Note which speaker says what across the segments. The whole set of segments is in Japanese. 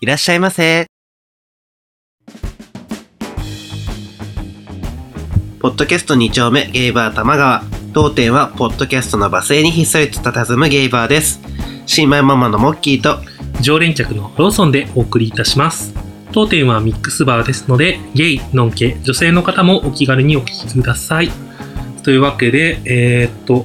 Speaker 1: いらっしゃいませ。ポッドキャスト2丁目ゲイバー玉川。当店はポッドキャストの罵声にひっそりと佇むゲイバーです。新米ママのモッキーと
Speaker 2: 常連客のローソンでお送りいたします。当店はミックスバーですので、ゲイ、ノンケ、女性の方もお気軽にお聞きください。というわけで、えーっと、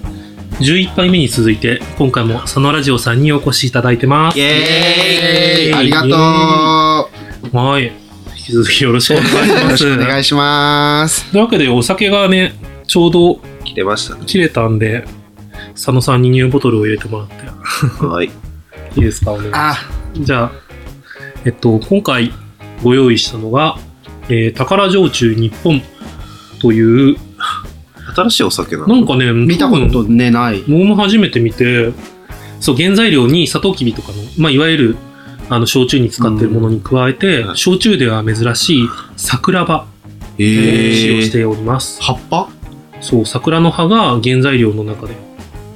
Speaker 2: 11杯目に続いて、今回もそのラジオさんにお越しいただいてます。
Speaker 1: イエーイ
Speaker 3: ありがとう
Speaker 2: はい。引き続きよろしくお願いし
Speaker 3: お
Speaker 2: ま
Speaker 3: 願いします
Speaker 2: す。というわけで、お酒がね、ちょうど
Speaker 1: 来てましたね。
Speaker 2: 切れたんで、佐野さんにニューボトルを入れてもらって、
Speaker 1: はい。
Speaker 2: いいですかお願いします
Speaker 3: あ
Speaker 2: じゃあ、えっと、今回ご用意したのが、えー、宝焼酎日本という、
Speaker 1: 新しいお酒なの
Speaker 2: なんかね、
Speaker 3: 見たこ
Speaker 2: 多
Speaker 3: と
Speaker 2: 分
Speaker 3: ねない
Speaker 2: 僕も初めて見て、そう、原材料にサトウキビとかの、まあ、いわゆる、あの、焼酎に使ってるものに加えて、
Speaker 1: うん
Speaker 2: 焼酎では珍しい桜葉
Speaker 1: え
Speaker 2: を使用し
Speaker 1: ー、
Speaker 2: ております。
Speaker 3: 葉っぱ
Speaker 2: そう、桜の葉が原材料の中で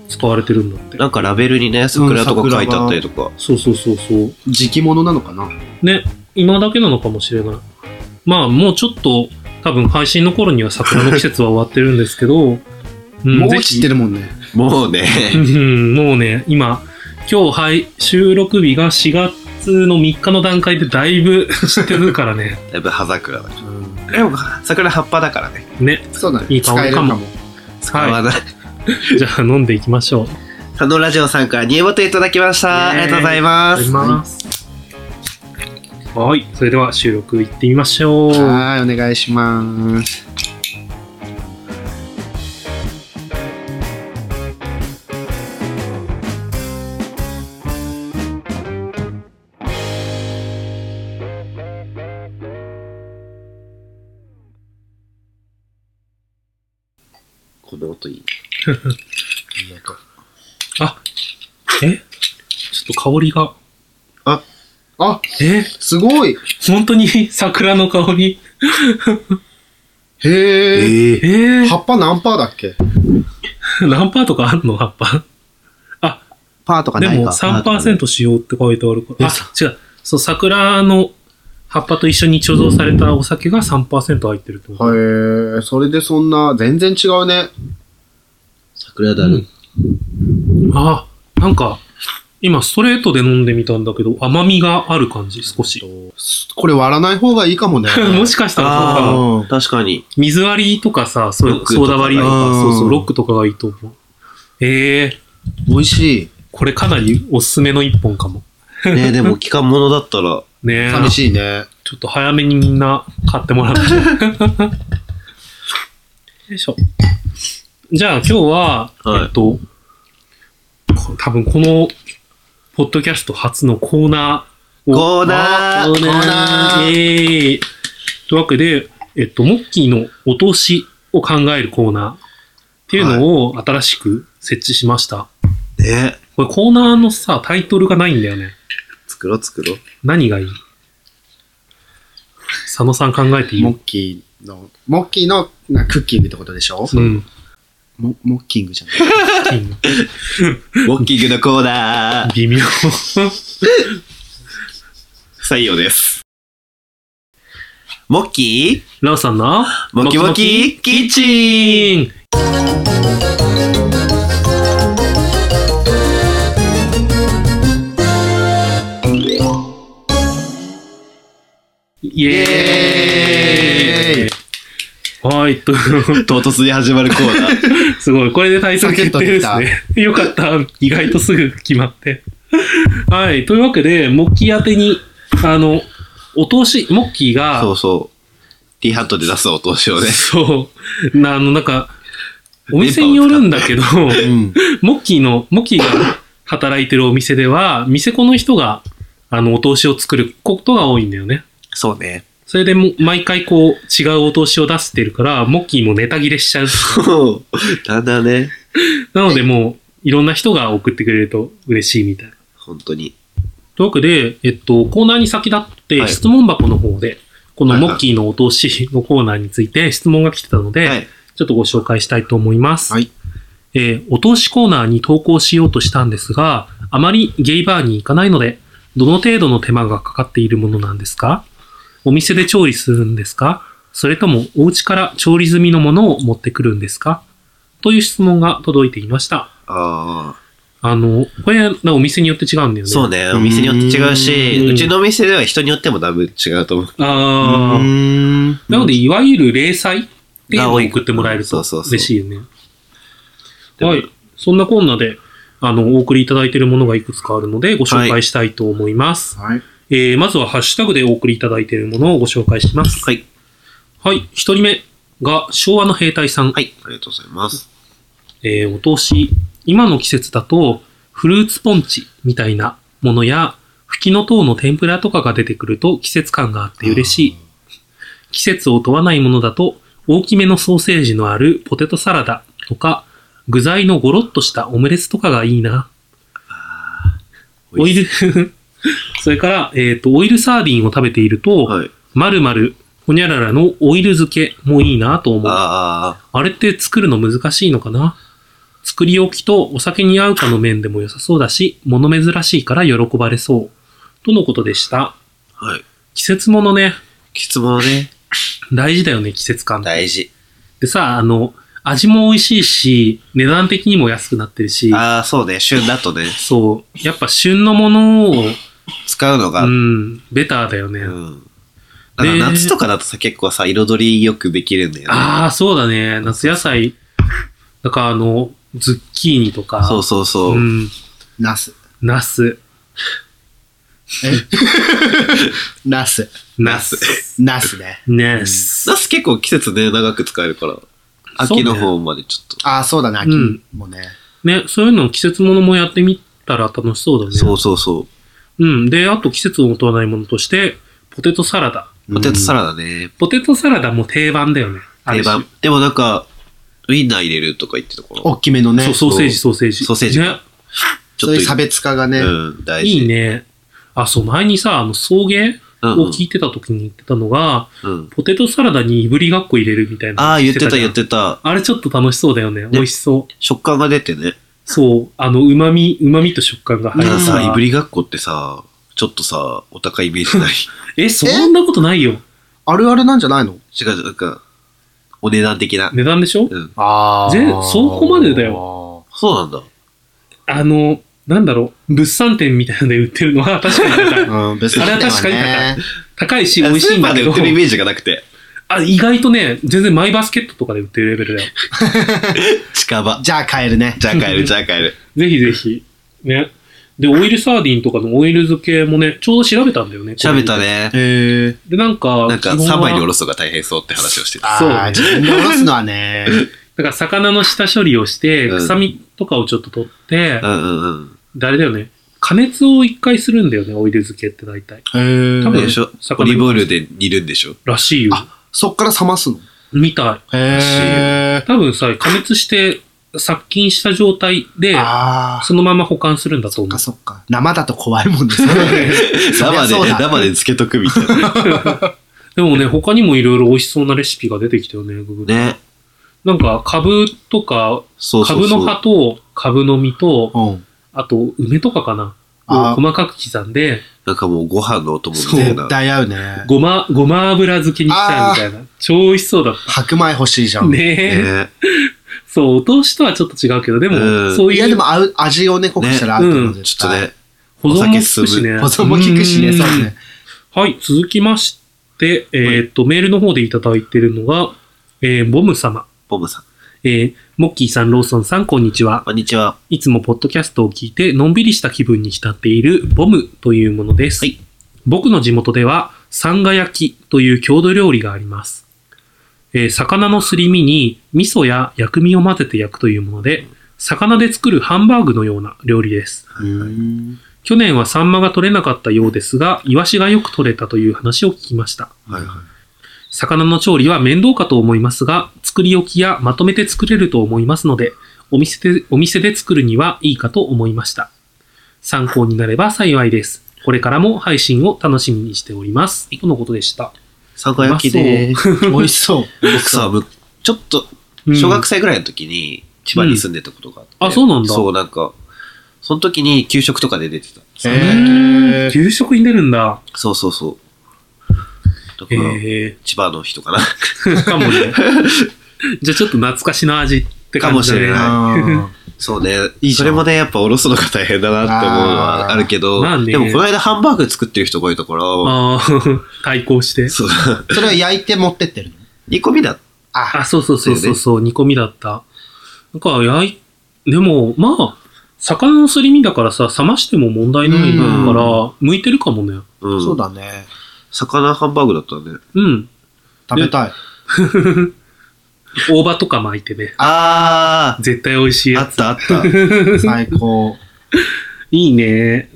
Speaker 2: 使われてるんだって。
Speaker 1: なんかラベルにね、桜とか書いてあったりとか。
Speaker 2: そうそうそうそう。
Speaker 3: 敷物なのかな
Speaker 2: ね、今だけなのかもしれない。まあ、もうちょっと、多分配信の頃には桜の季節は終わってるんですけ ど、うん
Speaker 3: もう知ってるもんね
Speaker 1: もうね。
Speaker 2: うんもうね、今、今日、はい、収録日が4月の3日の段階でだいぶ 知ってるからね。
Speaker 1: だいぶ葉桜だ。でも、桜葉っぱだからね。
Speaker 2: ね。
Speaker 3: そうだね
Speaker 2: いい香り
Speaker 3: 使えるか
Speaker 2: か
Speaker 3: も
Speaker 1: 使わ
Speaker 2: は
Speaker 1: ない。
Speaker 2: い。じゃあ飲んでいきましょう。
Speaker 1: 佐野ラジオさんから入ボテいただきました。あ
Speaker 2: イエー
Speaker 1: りが
Speaker 2: イ
Speaker 1: とうございま
Speaker 2: いただき
Speaker 1: す。
Speaker 2: ます。はい。それでは収録いってみましょう。
Speaker 3: はーいお願いします
Speaker 1: この音いい。
Speaker 2: あ、えちょっと香りが。
Speaker 3: あ
Speaker 2: え
Speaker 3: すごい
Speaker 2: 本当に桜の香り。
Speaker 3: へえ
Speaker 1: え
Speaker 2: えー、
Speaker 3: 葉っぱ何パーだっけ
Speaker 2: 何パーとかあんの葉っぱ。あ、
Speaker 3: パーとか
Speaker 2: でも
Speaker 1: 葉っぱね
Speaker 2: 3%使用って書いてあるから。あ
Speaker 3: えそ、
Speaker 2: 違う。そう、桜の葉っぱと一緒に貯蔵されたお酒が3%入ってるってこと。
Speaker 3: へえそれでそんな全然違うね
Speaker 1: 桜だる。
Speaker 2: あ、なんか、今ストレートで飲んでみたんだけど、甘みがある感じ、少し。
Speaker 3: これ割らない方がいいかもね
Speaker 2: もしかしたらそうかも
Speaker 3: あー
Speaker 1: 確かに。
Speaker 2: 水割りとかさ、そうい
Speaker 1: ロッ
Speaker 2: う
Speaker 1: クとか
Speaker 2: ソーダ割りとか、
Speaker 3: うん
Speaker 2: そうそう、ロックとかがいいと思う。ええー、
Speaker 3: 美味し
Speaker 2: これかなりおすすめの一本かも。
Speaker 1: ねでも期間ものだったら、
Speaker 2: ね
Speaker 3: い
Speaker 2: え。
Speaker 3: 寂しいね
Speaker 2: ちょっと早めにみんな買ってもらって。 よいしょ。じゃあ今日は、
Speaker 1: はい
Speaker 2: えっと、こ多分この、ポッドキャスト初のコーナーを。
Speaker 1: コーナー
Speaker 2: コー
Speaker 3: コーナ
Speaker 2: ナー
Speaker 3: ー
Speaker 2: イエーイというわけで、えっと、モッキーのお通しを考えるコーナーっていうのを新しく設置しました。
Speaker 1: ね
Speaker 2: これコーナーのさ、タイトルがないんだよね。
Speaker 1: 作ろう作ろう。
Speaker 2: 何がいい佐野さん考えていい
Speaker 3: モッキーのモッキーのなクッキングってことでしょ
Speaker 2: うん。
Speaker 3: モモッキングじゃない
Speaker 1: ウォッキングのコーナー、
Speaker 2: 微妙。
Speaker 1: 不採用です。モッキー
Speaker 2: ラオさんの
Speaker 1: モキモキキッチン
Speaker 2: ンイエーイ
Speaker 3: イエ
Speaker 2: はい、と、
Speaker 1: 唐突に始まるコーナー。
Speaker 2: すごい。これで対策決定ですね。よかった。意外とすぐ決まって。はい。というわけで、モッキー宛てに、あの、お通し、モッキーが、
Speaker 1: そうそう。ティーハットで出すお通しをね。
Speaker 2: そう。な、あの、なんか、お店によるんだけど、
Speaker 3: うん
Speaker 2: モッキーの、モッキーが働いてるお店では、店子の人が、あの、お通しを作ることが多いんだよね。
Speaker 1: そうね。
Speaker 2: それでも、毎回こう、違うお通しを出してるから、モッキーもネタ切れしちゃう。
Speaker 1: だんだんね。
Speaker 2: なので、もう、いろんな人が送ってくれると嬉しいみたいな。
Speaker 1: 本当に。
Speaker 2: というわけで、えっと、コーナーに先立って、
Speaker 1: はい
Speaker 2: 質問箱の方で、この
Speaker 1: はいはい
Speaker 2: モッキーのお通しのコーナーについて質問が来てたので、
Speaker 1: はい。
Speaker 2: ちょっとご紹介したいと思います。
Speaker 3: はい
Speaker 2: えーお通しコーナーに投稿しようとしたんですが、あまりゲイバーに行かないので、どの程度の手間がかかっているものなんですかお店で調理するんですかそれともお家から調理済みのものを持ってくるんですかという質問が届いていました。
Speaker 1: ああ。
Speaker 2: あの、これ、お店によって違うんだよね。
Speaker 1: そう
Speaker 2: ね。
Speaker 1: ね。お店によって違うし、
Speaker 2: うん
Speaker 1: うちのお店では人によってもだいぶ違うと思う。
Speaker 2: ああ。
Speaker 1: ん
Speaker 2: なので、いわゆる零細っていうのを送ってもらえると
Speaker 1: が多いそうそうそう
Speaker 2: 嬉しいよね。
Speaker 1: でも
Speaker 2: はい。そんなこんなで、あの、お送りいただいているものがいくつかあるので、ご紹介したいと思います。
Speaker 3: はい。
Speaker 2: えー、まずはハッシュタグでお送りいただいているものをご紹介します。
Speaker 1: はい。
Speaker 2: はい。一人目が昭和の兵隊さん。
Speaker 1: はい。ありがとうございます。
Speaker 2: えーお通し、今の季節だと、フルーツポンチみたいなものや、吹きの塔の天ぷらとかが出てくると季節感があって嬉しい。季節を問わないものだと、大きめのソーセージのあるポテトサラダとか、具材のゴロッとしたオムレツとかがいいな。オイル、 それから、えっ、と、オイルサーディンを食べていると、
Speaker 1: はい。
Speaker 2: まるまる、ほにゃららのオイル漬けもいいなと思う。
Speaker 1: ああ。
Speaker 2: あれって作るの難しいのかな作り置きとお酒に合うかの面でも良さそうだし、物珍しいから喜ばれそう。とのことでした。
Speaker 1: はい。
Speaker 2: 季節ものね、
Speaker 1: 質問ね。
Speaker 2: 大事だよね、季節感。
Speaker 1: 大事。
Speaker 2: でさ、あの、味も美味しいし、値段的にも安くなってるし、
Speaker 1: ああ、そうね。旬だとね、
Speaker 2: そう、やっぱ旬のものを、
Speaker 1: 使うのが。
Speaker 2: う
Speaker 1: うん。
Speaker 2: ん、ベターだよね。
Speaker 1: だから
Speaker 2: で
Speaker 1: 夏とかだとさ、結構さ、彩りよくできるんだよね。
Speaker 2: ああ、そうだね。夏野菜、だからあの、ズッキーニとか、
Speaker 1: そうそうそう。
Speaker 2: うん、
Speaker 3: ナス。
Speaker 2: ナス、
Speaker 3: ナス。
Speaker 2: ナス、
Speaker 3: ナスね。
Speaker 2: ナス。
Speaker 1: ナス結構季節で長く使えるから、秋の方までちょっと。
Speaker 3: ああ、そうだね、
Speaker 2: うん
Speaker 3: 秋もね。
Speaker 2: ね、そういうの季節ものもやってみたら楽しそうだね。。
Speaker 1: そうそうそう
Speaker 2: ん。で、あと季節を問わないものとして、ポテトサラダ。
Speaker 1: う。ポテトサラダね。
Speaker 2: ポテトサラダも定番だよね。あ
Speaker 1: 定
Speaker 2: る種
Speaker 1: 番。でもなんか、ウインナー入れるとか言ってたから。
Speaker 3: 大きめのね。
Speaker 2: そう、ソーセージ、ソーセージ。
Speaker 1: ソーセージ
Speaker 2: ね。
Speaker 1: ち
Speaker 3: そ
Speaker 1: ょ
Speaker 3: う
Speaker 1: っ
Speaker 3: いう
Speaker 1: と
Speaker 3: 差別化がね。
Speaker 1: うん、大事。
Speaker 2: いいね。あ、そう、前にさ、あの、送迎
Speaker 1: うんうん
Speaker 2: を聞いてた時に言ってたのが、
Speaker 1: うん。
Speaker 2: ポテトサラダにいぶりがっこ入れるみたいな。
Speaker 1: ああ、言ってた
Speaker 2: じゃ
Speaker 1: 言
Speaker 2: ん
Speaker 1: ってた。
Speaker 2: あれちょっと楽しそうだよね。美味しそう。
Speaker 1: 食感が出てね。
Speaker 2: そう、あの、旨味、旨味と食感が入
Speaker 1: た
Speaker 2: る
Speaker 1: だ
Speaker 2: さ
Speaker 1: さ、いぶりがっこってさ、ちょっとさ、お高いイメージない。
Speaker 2: え、そんなことないよ。
Speaker 3: あるあるなんじゃないの
Speaker 1: 違う、なんか、お値段的な。
Speaker 2: 値段でしょ
Speaker 1: うん。
Speaker 3: あ
Speaker 2: ーぜそこまでだ
Speaker 3: よ。
Speaker 1: そうなんだ。
Speaker 2: あの、なんだろう、物産展みたいなので売ってるのは 確かに高い。
Speaker 3: うん、別に。
Speaker 2: あれは確かに
Speaker 3: ね。
Speaker 2: 高いし、
Speaker 1: ス
Speaker 2: 美味しい
Speaker 1: ー
Speaker 2: ん
Speaker 1: パー
Speaker 2: だ
Speaker 1: で売
Speaker 2: けど
Speaker 1: って、るイメージがなくて。
Speaker 2: あ意外とね、全然マイバスケットとかで売ってるレベルだよ。
Speaker 1: 近場。
Speaker 3: じゃあ帰るね。
Speaker 1: じゃあ帰る、じゃあ帰る。
Speaker 2: ぜひぜひ。ね。で、オイルサーディンとかのオイル漬けもね、ちょうど調べたんだよね。
Speaker 1: 喋った。ね。
Speaker 3: へえ。
Speaker 2: で、なんか、
Speaker 1: なんか
Speaker 2: 基本
Speaker 1: 3
Speaker 2: は
Speaker 1: 枚におろすのが大変そうって話をしてた。
Speaker 2: そう
Speaker 3: ああ、自分でおろすの はね。
Speaker 2: だから魚の下処理をして、
Speaker 1: うん
Speaker 2: 臭みとかをちょっと取って
Speaker 1: う、んうんうん。
Speaker 2: であれだよね。加熱を一回するんだよね、オイル漬けって大体。
Speaker 3: へえ
Speaker 2: 多分
Speaker 1: でしょ
Speaker 2: 魚
Speaker 1: オリーブオイルで煮るんでしょ
Speaker 2: らしいよ。
Speaker 3: あそっから冷ますの
Speaker 2: みた
Speaker 3: へ
Speaker 2: い。多分さ、加熱して殺菌した状態で、
Speaker 3: ああ、
Speaker 2: そのまま保管するんだと
Speaker 3: そっ
Speaker 2: 思う
Speaker 3: か。そっか。生だと怖いもんですね。そり
Speaker 1: 生
Speaker 3: ゃ
Speaker 1: で、
Speaker 3: そうだ
Speaker 1: 生で漬けとくみたいな。
Speaker 2: でもね、他にもいろいろ美味しそうなレシピが出てきたよね、Google で
Speaker 1: ね。
Speaker 2: なんか、カブとか、
Speaker 1: そう
Speaker 2: カ
Speaker 1: そう
Speaker 2: ブ
Speaker 1: そ
Speaker 2: の
Speaker 1: う。
Speaker 2: 葉と、カブの実と、
Speaker 3: うん。
Speaker 2: あと、梅とかかな。
Speaker 3: あ
Speaker 2: を細かく刻んで、
Speaker 1: なんかもうご飯のお供みたいな
Speaker 3: 絶。対合うね。
Speaker 2: ごま、ごま油漬けにしたみたいな。超美味しそうだっ
Speaker 3: 白米欲しいじゃ
Speaker 2: た。
Speaker 3: ん。
Speaker 2: ねえ、
Speaker 1: ね
Speaker 2: そう、お通しとはちょっと違うけど、でも、
Speaker 1: うん
Speaker 2: そう
Speaker 3: い
Speaker 2: い
Speaker 3: や、で
Speaker 2: う
Speaker 3: も合う、味をね、濃くしたら合うと思う
Speaker 2: ね
Speaker 3: 絶対
Speaker 1: ちょっとね。
Speaker 2: 保存も効くしね。
Speaker 3: 保存も効くしね、
Speaker 2: ん
Speaker 3: そうね。
Speaker 2: はい、続きまして、えーっと、メールの方でいただいてるのが、えーボム様。
Speaker 1: ボムさん。
Speaker 2: えーモッキーさん、ローソンさん、こんにちは。
Speaker 1: こんにちは。
Speaker 2: いつもポッドキャストを聞いて、のんびりした気分に浸っているボムというものです。
Speaker 1: はい
Speaker 2: 僕の地元では、サンガ焼きという郷土料理があります。えー魚のすり身に味噌や薬味を混ぜて焼くというもので、魚で作るハンバーグのような料理です。
Speaker 3: うん
Speaker 2: 去年はサンマが取れなかったようですが、イワシがよく取れたという話を聞きました。
Speaker 1: はいはい。
Speaker 2: 魚の調理は面倒かと思いますが、作り置きやまとめて作れると思いますので、お店で、お店で作るにはいいかと思いました。参考になれば幸いです。これからも配信を楽しみにしております。とのことでした。
Speaker 1: さこ焼きでーす。
Speaker 3: 美味しそう。
Speaker 1: 僕さ、むちょっと、
Speaker 2: うん
Speaker 1: 小学生ぐらいの時に、千葉に住んでたことがあって。
Speaker 2: うんあそうなんだ
Speaker 1: そう、なんか、その時に給食とかで出てた。
Speaker 3: へー
Speaker 2: 給食に出るんだ。
Speaker 1: そうそうそう。だから、
Speaker 2: え
Speaker 1: 千葉の人 かな。
Speaker 2: ー、かも ね。じゃあちょっと懐かしの味って感じだね。
Speaker 1: かもしれない
Speaker 3: あ
Speaker 1: そうね。
Speaker 3: じゃ
Speaker 1: そ
Speaker 3: ん
Speaker 1: れもね、やっぱおろすのが大変だなって思うのはあるけど、
Speaker 2: あーまあね
Speaker 1: でもこの間ハンバーグ作ってる人がいたから、
Speaker 2: ああ、対抗して。
Speaker 1: そう。
Speaker 3: ーそれは焼いて持ってってるの
Speaker 1: 煮込みだ。
Speaker 3: あ、
Speaker 2: あ、そうそうそうそうそう、煮込みだった。なんか、やい、でも、まあ、魚のすり身だからさ、冷ましても問題ないから、向いてるかもね。
Speaker 1: うん。
Speaker 3: そうだね。
Speaker 1: 魚ハンバーグだったね。
Speaker 2: うん。
Speaker 3: 食べたい。
Speaker 2: 大葉とか巻いてね。
Speaker 1: あ
Speaker 2: 絶対美味しい
Speaker 1: ああ
Speaker 2: や
Speaker 1: っ
Speaker 2: つ。
Speaker 1: たあっ た。
Speaker 3: 最高。
Speaker 2: いいね。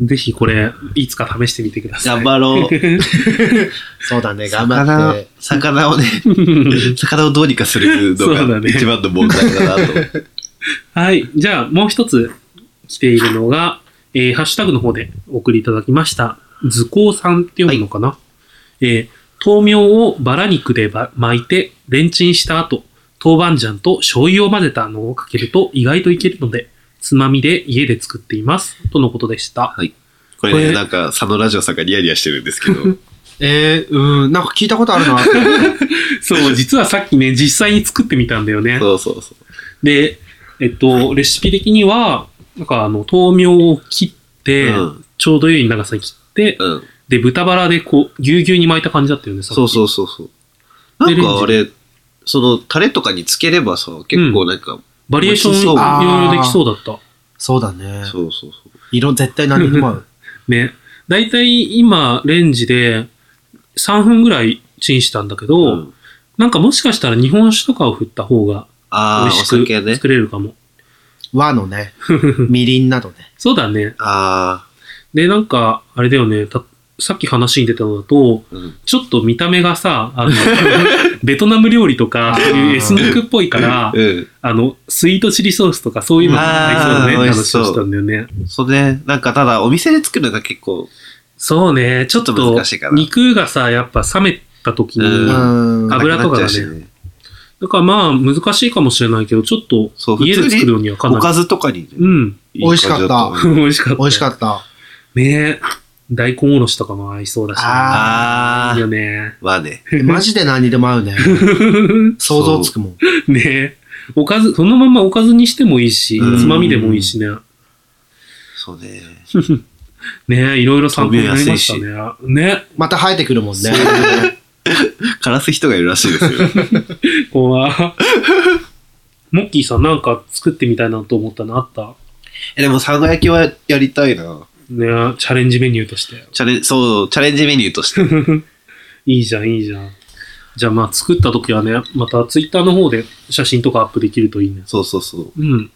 Speaker 2: ぜひこれ、いつか試してみてください。
Speaker 1: 頑張ろう。
Speaker 3: そうだね、頑張
Speaker 1: 魚
Speaker 3: って。、
Speaker 1: 魚を ね、魚をどうにかする
Speaker 2: そうだ
Speaker 1: のが
Speaker 2: ね
Speaker 1: 一番の問題だなと。
Speaker 2: はい。じゃあ、もう一つ来ているのが、えーハッシュタグの方でお送りいただきました。図工さんって読むのかな、えー豆苗をバラ肉でば巻いて、レンチンした後、豆板醤と醤油を混ぜたのをかけると意外といけるので、つまみで家で作っています。とのことでした。
Speaker 1: こ
Speaker 2: こ
Speaker 1: れ
Speaker 2: れ
Speaker 1: ね、なんか、佐野ラジオさんがニヤニヤしてるんです けど、
Speaker 3: えー、うん、なんか聞いたことあるな。
Speaker 2: そう、実はさっきね、実際に作ってみたんだよね。
Speaker 1: そうそうそう。
Speaker 2: で、えっと、レシピ的には、なんかあの、豆苗を切って、
Speaker 1: うん
Speaker 2: ちょうどいい長さに切って、
Speaker 1: うん。
Speaker 2: で、豚バラでこう、ぎゅうぎゅうに巻いた感じだったよね、
Speaker 1: そう
Speaker 2: う。
Speaker 1: そうそうそう。なんかあれ、その、タレとかにつければさ、結構なんか、
Speaker 2: バリエーションい
Speaker 1: 美味しそ
Speaker 2: ろ
Speaker 1: う
Speaker 2: いろできそうだった。
Speaker 3: そうだね。
Speaker 1: そうそうそう。
Speaker 3: 色絶対何にも合う。
Speaker 2: ね。だいたい今、レンジで3分ぐらいチンしたんだけど、
Speaker 1: うん
Speaker 2: なんかもしかしたら日本酒とかを振った方が美
Speaker 1: ああ、お
Speaker 2: 味しく
Speaker 1: 酒ね。
Speaker 2: 作れるかも。
Speaker 3: 和の ね、みりんなどね。
Speaker 2: そうだね。
Speaker 1: あ
Speaker 2: で、なんか、あれだよね。たさっき話に出たのだと、
Speaker 1: あ、うん。
Speaker 2: ちょっと見た目が さ、あの、ベトナム料理とか、そういうエスニックっぽいから、
Speaker 1: う
Speaker 2: あの、スイートチリソースとかそういうのが入りそう
Speaker 1: あー
Speaker 2: ね、
Speaker 1: 美
Speaker 2: 話を
Speaker 1: 味しそう
Speaker 2: したんだよね。
Speaker 1: ん。そうね、なんかただ、お店で作るのが結構、
Speaker 2: そうね、ちょっ
Speaker 1: ちょっと
Speaker 2: と
Speaker 1: 難しいか、な
Speaker 2: 肉がさ、やっぱ冷めた時に、
Speaker 1: うん
Speaker 3: うん。
Speaker 2: 油とかが
Speaker 1: なくなっ
Speaker 2: ね
Speaker 1: ちゃうしね。
Speaker 2: だからまあ難しいかもしれないけど、ちょっと
Speaker 1: そう普通に
Speaker 2: 家で作るにはか
Speaker 1: お
Speaker 2: なり。
Speaker 1: かずとかにね。
Speaker 2: うん。
Speaker 1: いい感じだ
Speaker 3: 美
Speaker 1: 思う
Speaker 2: 美味しかった。
Speaker 3: 美味しか
Speaker 2: った。
Speaker 3: った。
Speaker 2: ねえ大根おろしとかも合いそうだし、
Speaker 3: あ
Speaker 1: あ
Speaker 2: い
Speaker 1: あ
Speaker 2: いよ、ね。
Speaker 1: まあね。
Speaker 3: マジで何にでも合う ね。想像つくもん。
Speaker 2: ねえおかず、そのままおかずにしてもいいし、
Speaker 1: うん
Speaker 2: つまみでもいいしね。
Speaker 1: そうね。
Speaker 2: ねえいろいろ参考になりましたね。ね
Speaker 3: また生えてくるもんね。
Speaker 1: 枯らす人がいるらしいです よ。
Speaker 2: こは。 モッキーさんなんか作ってみたいなと思ったのあった
Speaker 1: え、でも、サンゴ焼きはやりたいな。
Speaker 2: ねえチャレンジメニューとして。
Speaker 1: チャレン、そう、チャレンジメニューとして。
Speaker 2: いいじゃん、いいじゃん。じゃあまあ作った時はね、またツイッターの方で写真とかアップできるといいね。
Speaker 1: そうそうそう。
Speaker 2: うん。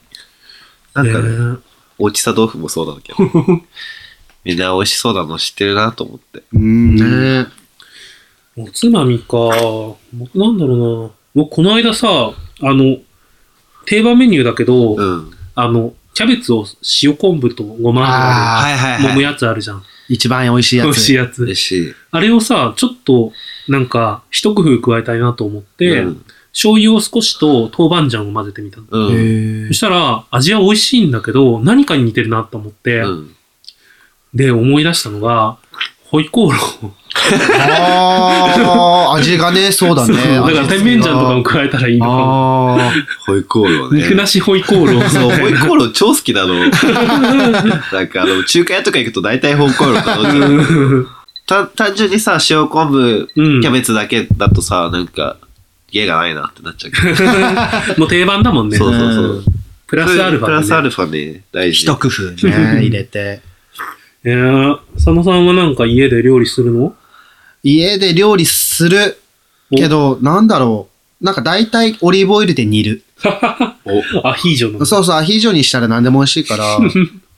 Speaker 1: なんかね、
Speaker 2: ね
Speaker 1: おうちさ豆腐もそうなんだけど。 みんな美味しそうなの知ってるなと思って。
Speaker 3: うん。ね
Speaker 2: えおつまみか。僕なんだろうな。僕この間さ、あの、定番メニューだけど、
Speaker 1: うん。
Speaker 2: あの、キャベツを塩昆布とごま
Speaker 3: あ
Speaker 1: はいはい
Speaker 2: 油で揉
Speaker 1: は
Speaker 2: む
Speaker 1: い。
Speaker 2: やつあるじゃん。
Speaker 3: 一番美味しい
Speaker 2: 美
Speaker 3: や
Speaker 2: 味しい
Speaker 3: つ。
Speaker 2: やつ
Speaker 1: 嬉。しい。
Speaker 2: あれをさ、ちょっと、なんか、一工夫加えたいなと思って、
Speaker 1: うん
Speaker 2: 醤油を少しと豆板醤を混ぜてみたの。
Speaker 1: う
Speaker 3: へ
Speaker 1: ん。
Speaker 3: ー
Speaker 2: そしたら、味は美味しいんだけど、何かに似てるなと思って、
Speaker 1: うん。
Speaker 2: で、思い出したのが、ホイコーロー。
Speaker 3: ああ、味がね、 そうだね。
Speaker 2: そう だから、甜麺醤とかも加えたらいいのかも。
Speaker 3: ああ
Speaker 1: ホイコーローね。
Speaker 2: 肉なしホイコーロー。
Speaker 1: そう、ホイコーロー超好きなの。なんかあの、中華屋とか行くと大体ホイコーロー頼んじゃう。た単純にさ、塩昆布、
Speaker 2: うん。
Speaker 1: キャベツだけだとさ、なんか、家がないなってなっちゃうけ ど。
Speaker 2: もう定番だもんね。
Speaker 1: そうそうそう。
Speaker 2: プラスアルファ、ね。
Speaker 1: プラスアルファね、大事
Speaker 3: 一。工夫ね、入れて。
Speaker 2: えー、佐野さんはなんか家で料理するの
Speaker 3: 家で料理するけど、なんだろう。なんか大体オリーブオイルで煮る。
Speaker 1: お、
Speaker 2: アヒージョの。
Speaker 3: そうそう、アヒージョにしたら何でも美味しい から。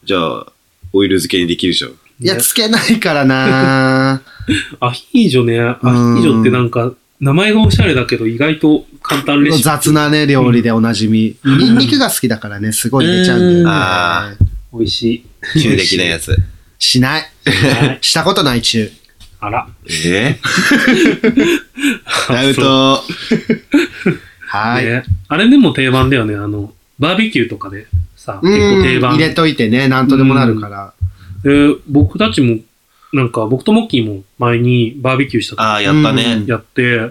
Speaker 1: じゃあ、オイル漬けにできるじゃん。
Speaker 3: いや、つけないからな
Speaker 2: アヒージョね。アヒージョってなんか、名前がおしゃれだけど、意外と簡単レシピ。
Speaker 3: 雑なね、料理でおなじみ。ニンニクが好きだからね、すごい入れちゃうん
Speaker 2: うん
Speaker 3: だ
Speaker 1: あ
Speaker 3: よね。
Speaker 2: 美味しい。
Speaker 1: 急できないや つ。
Speaker 3: しない。
Speaker 2: はい
Speaker 3: したことない中。
Speaker 2: あら。
Speaker 1: えぇ、アウト。
Speaker 3: はい。
Speaker 2: ねあれでも定番だよね。あの、バーベキューとかでさ、
Speaker 3: う
Speaker 2: 結構定
Speaker 3: ん。
Speaker 2: 番。
Speaker 3: 入れといてね、なんとでもなるから。
Speaker 2: えー僕たちも、なんか僕とモッキーも前にバーベキューした
Speaker 1: ああ、やった
Speaker 3: う
Speaker 1: ね
Speaker 3: ん。
Speaker 2: やって、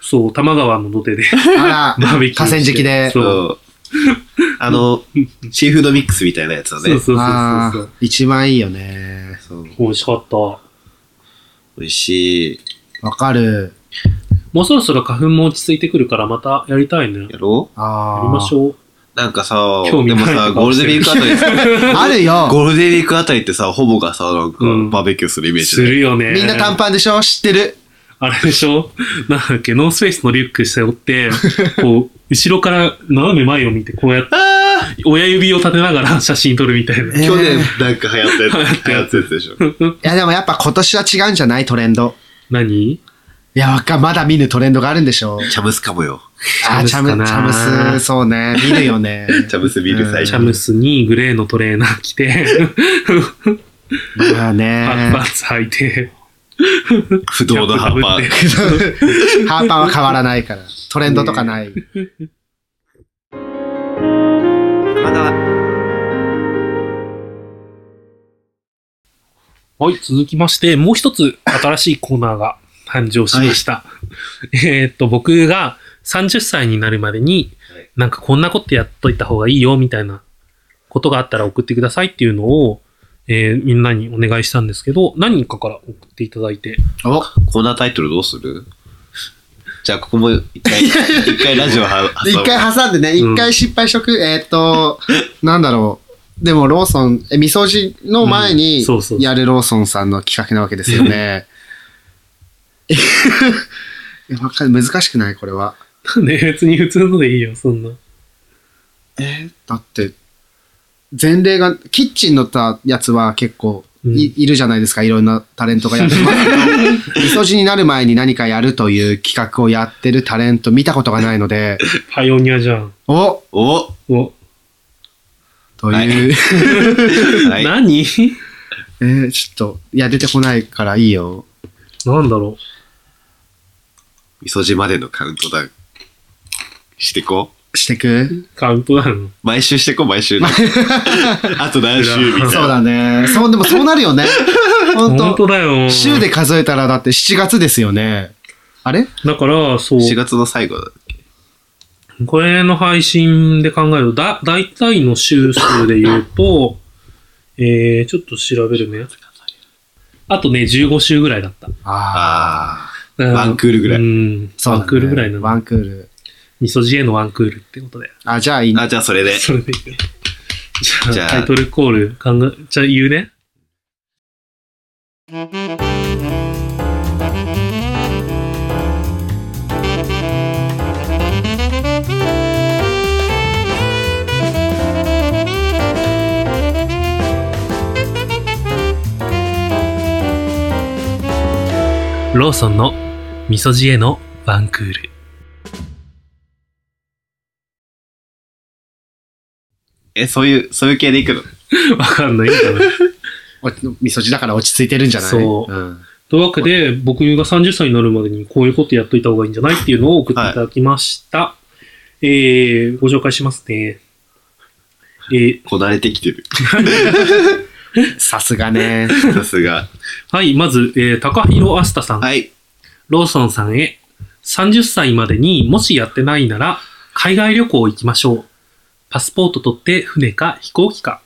Speaker 2: そう、多摩川の土手で
Speaker 3: あら、
Speaker 2: バーベキューして。
Speaker 3: 河川敷で
Speaker 2: そう。
Speaker 1: そう。あの、シーフードミックスみたいなやつだ
Speaker 2: そう
Speaker 1: ね。
Speaker 2: そうそう
Speaker 3: あ
Speaker 2: そう
Speaker 3: ー一番いいよね。
Speaker 1: そう。
Speaker 2: 美味しかった。も
Speaker 1: 美味しい。
Speaker 3: わかる。
Speaker 2: うそろそろ花粉も落ち着いてくるからまたやりたいね。や
Speaker 1: やろう
Speaker 3: ああ。
Speaker 2: りましょう。
Speaker 1: なんかさ、で
Speaker 2: 興味ない
Speaker 1: もさ、ゴールデンウィークあたり
Speaker 3: あるよ。
Speaker 1: ゴールデンウィークあたりってさ、ほぼがさ、なんか、
Speaker 2: うん
Speaker 1: バーベキューするイメージ
Speaker 2: す
Speaker 1: で。
Speaker 2: るよね。
Speaker 3: みんな短パンでしょ知ってる。
Speaker 2: あれでしょなんだっけ、ノースフェイスのリュック背負って、こう、後ろから斜め前を見て、こうやって、
Speaker 1: あ
Speaker 2: 親指を立てながら写真撮るみたいな。
Speaker 1: ー去年
Speaker 3: えー
Speaker 1: なんか流行ったやつ、流行ったやつでしょ。
Speaker 3: いや、でもやっぱ今年は違うんじゃないトレンド。
Speaker 2: 何
Speaker 3: いや、わかまだ見ぬトレンドがあるんでしょ
Speaker 1: チャムスかもよ。
Speaker 3: あー、チ
Speaker 2: チ
Speaker 3: ャ
Speaker 2: ャ
Speaker 3: ム
Speaker 2: ムスか、な
Speaker 3: チャムス、そうね。見るよね。
Speaker 1: チャムス見る最
Speaker 2: チ
Speaker 1: 初
Speaker 2: ャムスにグレーのトレーナー着て、
Speaker 3: まあ
Speaker 2: パンパン
Speaker 3: ね。
Speaker 2: ツ履いて、
Speaker 1: 不動の葉っぱ
Speaker 2: キャップ。かぶって
Speaker 3: ハーパンは変わらないから。トレンドと かない。
Speaker 1: まだ
Speaker 2: はい、続きまして、もう一つ新しいコーナーが誕生しました。えーっと、僕が30歳になるまでに
Speaker 1: はい、
Speaker 2: なんかこんなことやっといた方がいいよ、みたいなことがあったら送ってくださいっていうのを、えーみんなにお願いしたんですけど、何人かから送っていただいて、
Speaker 3: お
Speaker 1: コーナータイトルどうするじゃあ、ここも一回、一回ラジオは、
Speaker 3: で一回挟んでね、
Speaker 2: うん
Speaker 3: 一回失敗しとく。えー っと、なんだろう。でも、ローソン、え、みそじの前
Speaker 2: う
Speaker 3: に
Speaker 2: んそうそう
Speaker 3: やるローソンさんの企画なわけですよね。 えわかる難しくないこれは。
Speaker 2: なんで別に普通のでいいよ、そんな。
Speaker 3: えーだって、前例が、キッチンのたやつは結構い,、
Speaker 2: うん
Speaker 3: いるじゃないですか、いろんなタレント がやってますけど、みそじになる前に何かやるという企画をやってるタレント見たことがないので、
Speaker 2: パイオニアじゃん。
Speaker 3: お
Speaker 1: お
Speaker 2: お、
Speaker 3: という、
Speaker 1: はい。
Speaker 2: 何
Speaker 3: えーちょっと、いや、出てこないからいいよ。
Speaker 2: なんだろ
Speaker 1: みそじまでのカウントダウン。してこ
Speaker 3: してく
Speaker 2: う。カウントダウン。
Speaker 1: 毎週してこ毎週。 あと何週みたいな。
Speaker 3: そうだね。そう、でもそうな るよね。本
Speaker 2: 本当
Speaker 3: 当
Speaker 2: だよ。
Speaker 3: 週で数えたらだって7月ですよね。あれ
Speaker 2: だから、そう。
Speaker 1: 4月の最後だ。
Speaker 2: これの配信で考えると、だ、大体の週数で言うと、えー、ちょっと調べるね。あとね、15週ぐらいだった。
Speaker 3: あ
Speaker 1: あ
Speaker 3: あ。
Speaker 1: あ、ワンクールぐら
Speaker 2: う
Speaker 1: い。
Speaker 2: ん。
Speaker 3: そうだね
Speaker 2: ワンクールぐらいな
Speaker 3: ワ
Speaker 2: の。
Speaker 3: ンクール。
Speaker 2: みそじへのワンクールってことで。
Speaker 3: あ、じゃあいい
Speaker 1: あ、じゃあそれで。
Speaker 2: それでいいよじ
Speaker 1: じゃ
Speaker 2: ゃあ、
Speaker 1: あ
Speaker 2: タイトルコール考え、じゃあ言うね。ローソンのみそじへのワンクール。
Speaker 1: え、そういう、そういう系でいくの
Speaker 2: わかんないいいかな。
Speaker 3: お味噌汁だから落ち着いてるんじゃない
Speaker 2: そうんというわけで、僕が30歳になるまでにこういうことやっといた方がいいんじゃないっていうのを送っていただきました。えー、ご紹介しますね。えー、
Speaker 1: こなれてきて る。
Speaker 3: さすが ね。
Speaker 1: さすが。
Speaker 2: はい、まず、えー、高弘あすたさん、
Speaker 1: はい。
Speaker 2: ローソンさんへ、30歳までにもしやってないなら、海外旅行行きましょう。パスポート取って船か飛行機か。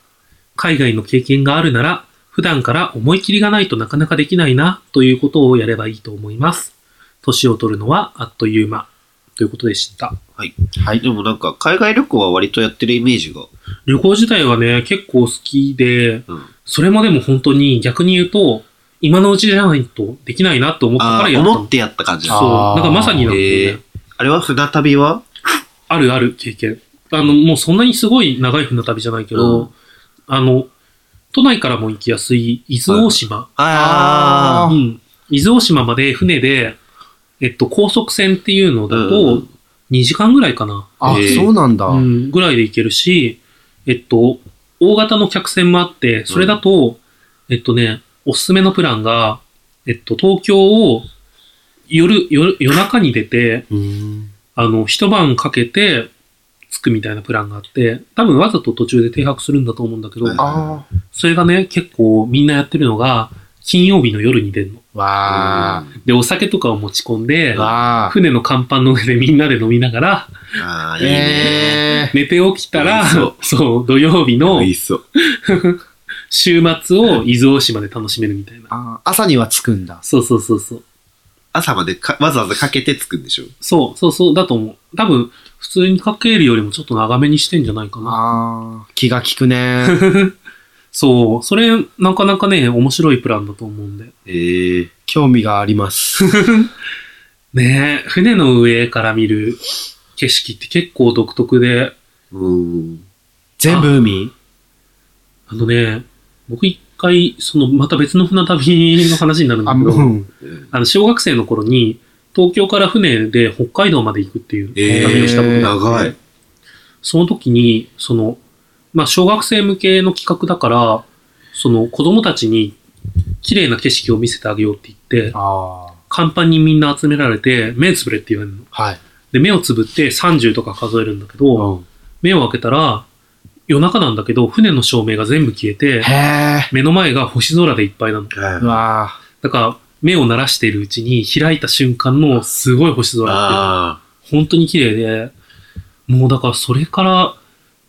Speaker 2: 海外の経験があるなら、普段から思い切りがないとなかなかできないな、ということをやればいいと思います。年を取るのはあっという間。ということでした。
Speaker 3: はい。
Speaker 1: でもなんか、海外旅行は割とやってるイメージが。
Speaker 2: 旅行自体はね、結構好きで、
Speaker 1: うん。
Speaker 2: それもでも本当に逆に言うと、今のうちじゃないとできないなと思った
Speaker 1: ああ、
Speaker 2: からやった
Speaker 1: 思っ
Speaker 2: の。
Speaker 1: てやった感じだ
Speaker 3: あ
Speaker 2: そう。だからまさになんだよね。
Speaker 1: へーあれは船旅は
Speaker 2: あるある経験。あの、もうそんなにすごい長い船旅じゃないけど、
Speaker 1: うん
Speaker 2: あの、都内からも行きやすい伊豆大島。
Speaker 1: あ
Speaker 3: あは
Speaker 1: あ
Speaker 3: い
Speaker 2: うん。伊豆大島まで船で、えっと、高速船っていうのだ
Speaker 1: う
Speaker 2: と
Speaker 1: ん、
Speaker 2: 2時間ぐらいかな。
Speaker 3: あ、
Speaker 1: えー
Speaker 3: そうなんだ。
Speaker 2: うん、ぐらいで行けるし、えっと、大型の客船もあって、それだと、えっとね、おすすめのプランが、えっと、東京を夜、夜、夜中に出て、
Speaker 1: うん。
Speaker 2: あの、一晩かけて、つくみたいなプランがあって、多分わざと途中で停泊するんだと思うんだけど、
Speaker 1: はい
Speaker 3: ああ。
Speaker 2: それがね、結構みんなやってるのが、金曜日の夜に出るの。
Speaker 3: わあ。
Speaker 2: で、お酒とかを持ち込んで、
Speaker 3: わあ。
Speaker 2: 船の甲板の上でみんなで飲みながら、
Speaker 1: ああ、いいね。
Speaker 3: え
Speaker 2: 寝て起きたら、
Speaker 1: うん
Speaker 2: そ
Speaker 1: そう
Speaker 2: 土曜日の
Speaker 1: いいっそう。
Speaker 2: 週末を伊豆大島で楽しめるみたいな。
Speaker 3: ー。朝には着くんだ。
Speaker 2: そうそうそうそう。
Speaker 1: 朝までかわざわざかけて作るんでしょ
Speaker 2: そうそうそう、だと思う。多分、普通にかけるよりもちょっと長めにしてんじゃないかな。
Speaker 3: ああ。気が利くね。
Speaker 2: そう、それ、なかなかね、面白いプランだと思うんで。
Speaker 1: ええ
Speaker 3: 興味があり ます。
Speaker 2: ねえ、船の上から見る景色って結構独特で、
Speaker 1: うん。
Speaker 3: 全部海
Speaker 2: あのね、僕一回、その、また別の船旅の話になるんだ
Speaker 3: あ、
Speaker 2: け
Speaker 3: う
Speaker 2: ど、
Speaker 3: ん。
Speaker 2: あの、小学生の頃に、東京から船で北海道まで行くっていう
Speaker 1: え
Speaker 2: 旅をしたことがあ
Speaker 1: 長
Speaker 2: って、
Speaker 1: い。
Speaker 2: その時に、その、まあ、小学生向けの企画だから、その、子供たちに、綺麗な景色を見せてあげようって言って、
Speaker 3: あ
Speaker 2: 甲板にみんな集められて、目つぶれって言われるの。
Speaker 3: あ。はい。
Speaker 2: で、目をつぶって30とか数えるんだけど、
Speaker 3: うん
Speaker 2: 目を開けたら、夜中なんだけど、船の照明が全部消えて、
Speaker 3: へえ。
Speaker 2: 目の前が星空でいっぱいなの。
Speaker 1: は
Speaker 3: うわあ。
Speaker 2: だから、目を慣らしているうちに開いた瞬間のすごい星空って、
Speaker 1: あ
Speaker 2: 本当に綺麗で、もうだからそれから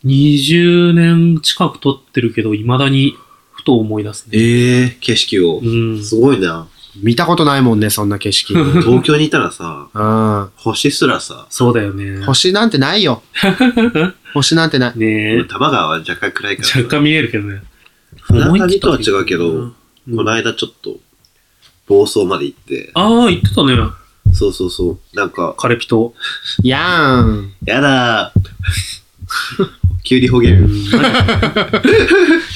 Speaker 2: 20年近く撮ってるけど、未だにふと思い出す
Speaker 1: あ。
Speaker 2: ね。
Speaker 1: ええ景色を
Speaker 2: う。ん。
Speaker 1: すごいな。
Speaker 3: 見たことないもんね、そんな景 色。
Speaker 1: 東京にいたらさ、
Speaker 3: うん。
Speaker 1: 星すらさ、
Speaker 2: そうだよね。
Speaker 3: 星なんてない よ。星なんてない。
Speaker 2: ねえ
Speaker 1: 多。摩川は若干暗いからさ。
Speaker 2: 若干見えるけどね。
Speaker 1: 船旅とは違うけど
Speaker 2: うん、
Speaker 1: この間ちょっと、房総まで行って、
Speaker 2: ああ、言ってたね。
Speaker 1: そうそうそう、なんか、
Speaker 2: カレピト。
Speaker 3: やーん。
Speaker 1: やだー 急にほげる。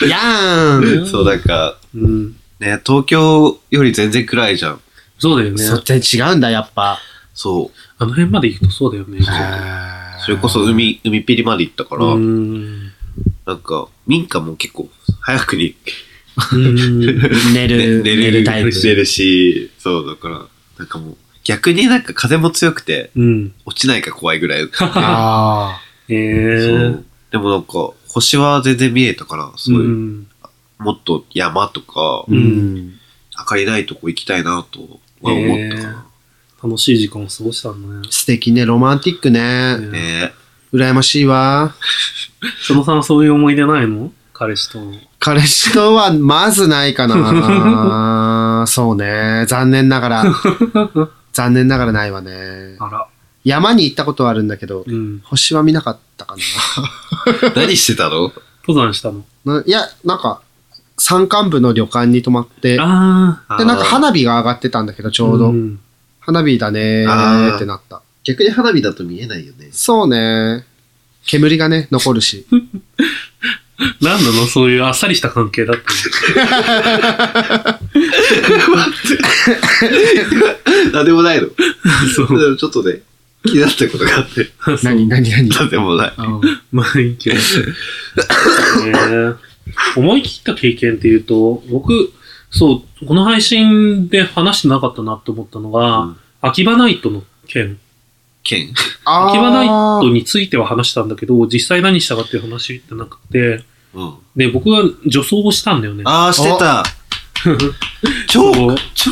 Speaker 3: やーん。
Speaker 2: うん
Speaker 1: そう、なんか、
Speaker 2: うん。
Speaker 1: ね、東京より全然暗いじゃん。
Speaker 2: そうだよね。
Speaker 3: そっち違うんだ、やっぱ。
Speaker 1: そう。
Speaker 2: あの辺まで行くとそうだよね。
Speaker 1: それこそ海、海っぴりまで行ったから、
Speaker 2: うん。
Speaker 1: なんか、民家も結構早くに
Speaker 2: うん
Speaker 3: 寝る、
Speaker 1: ね
Speaker 3: 寝るタイプ。
Speaker 1: 寝るし、そう、だから、なんかもう、逆になんか風も強くて、
Speaker 2: うん。
Speaker 1: 落ちないか怖いぐらい。
Speaker 3: あ
Speaker 2: え
Speaker 1: そ
Speaker 2: ー
Speaker 1: う。でもなんか、星は全然見えたから、すごい、
Speaker 2: うん
Speaker 1: もっと山とか
Speaker 3: あ。、うん。
Speaker 1: 明かりないとこ行きたいなとは思ったかな。
Speaker 2: 楽しい時間を過ごしたんだね。
Speaker 3: 素敵ね、ロマンティックね。
Speaker 2: ね
Speaker 1: ね
Speaker 3: 羨ましいわ。
Speaker 2: そのさんはそういう思い出ないの彼氏と。
Speaker 3: 彼氏とはまずないかな。そうね。残念ながら。残念ながらないわね。
Speaker 2: あら。
Speaker 3: 山に行ったことはあるんだけど、
Speaker 2: うん。
Speaker 3: 星は見なかったか
Speaker 1: 何してたの
Speaker 2: 登山したの。
Speaker 3: な。 ないや、なんか、山間部の旅館に泊まって、で、
Speaker 2: あ
Speaker 1: あー
Speaker 3: なんか花火が上がってたんだけど、ち
Speaker 2: あ。
Speaker 3: ょうど。
Speaker 2: ん
Speaker 3: 花火だねーってなった。
Speaker 1: 逆に花火だと見えないよね。
Speaker 3: そうね。煙がね、残るし。
Speaker 2: 何なのそういうあっさりした関 係だった
Speaker 1: 何でも ないの。で
Speaker 2: のそう。
Speaker 1: もちょっとね、気になったことがあって、
Speaker 3: 何、何、何。
Speaker 1: 何でもない。
Speaker 2: まあいいけど。ねえ思い切った経験っていうと、僕、そう、この配信で話してなかったなって思ったのが、
Speaker 1: うん
Speaker 2: 秋葉ナイトの件。
Speaker 1: 剣
Speaker 3: あー
Speaker 2: 秋葉ナイトについては話したんだけど、実際何したかっていう話ってなくて、
Speaker 1: うん。
Speaker 2: で、僕は女装をしたんだよね。
Speaker 1: ああ、してた。超、超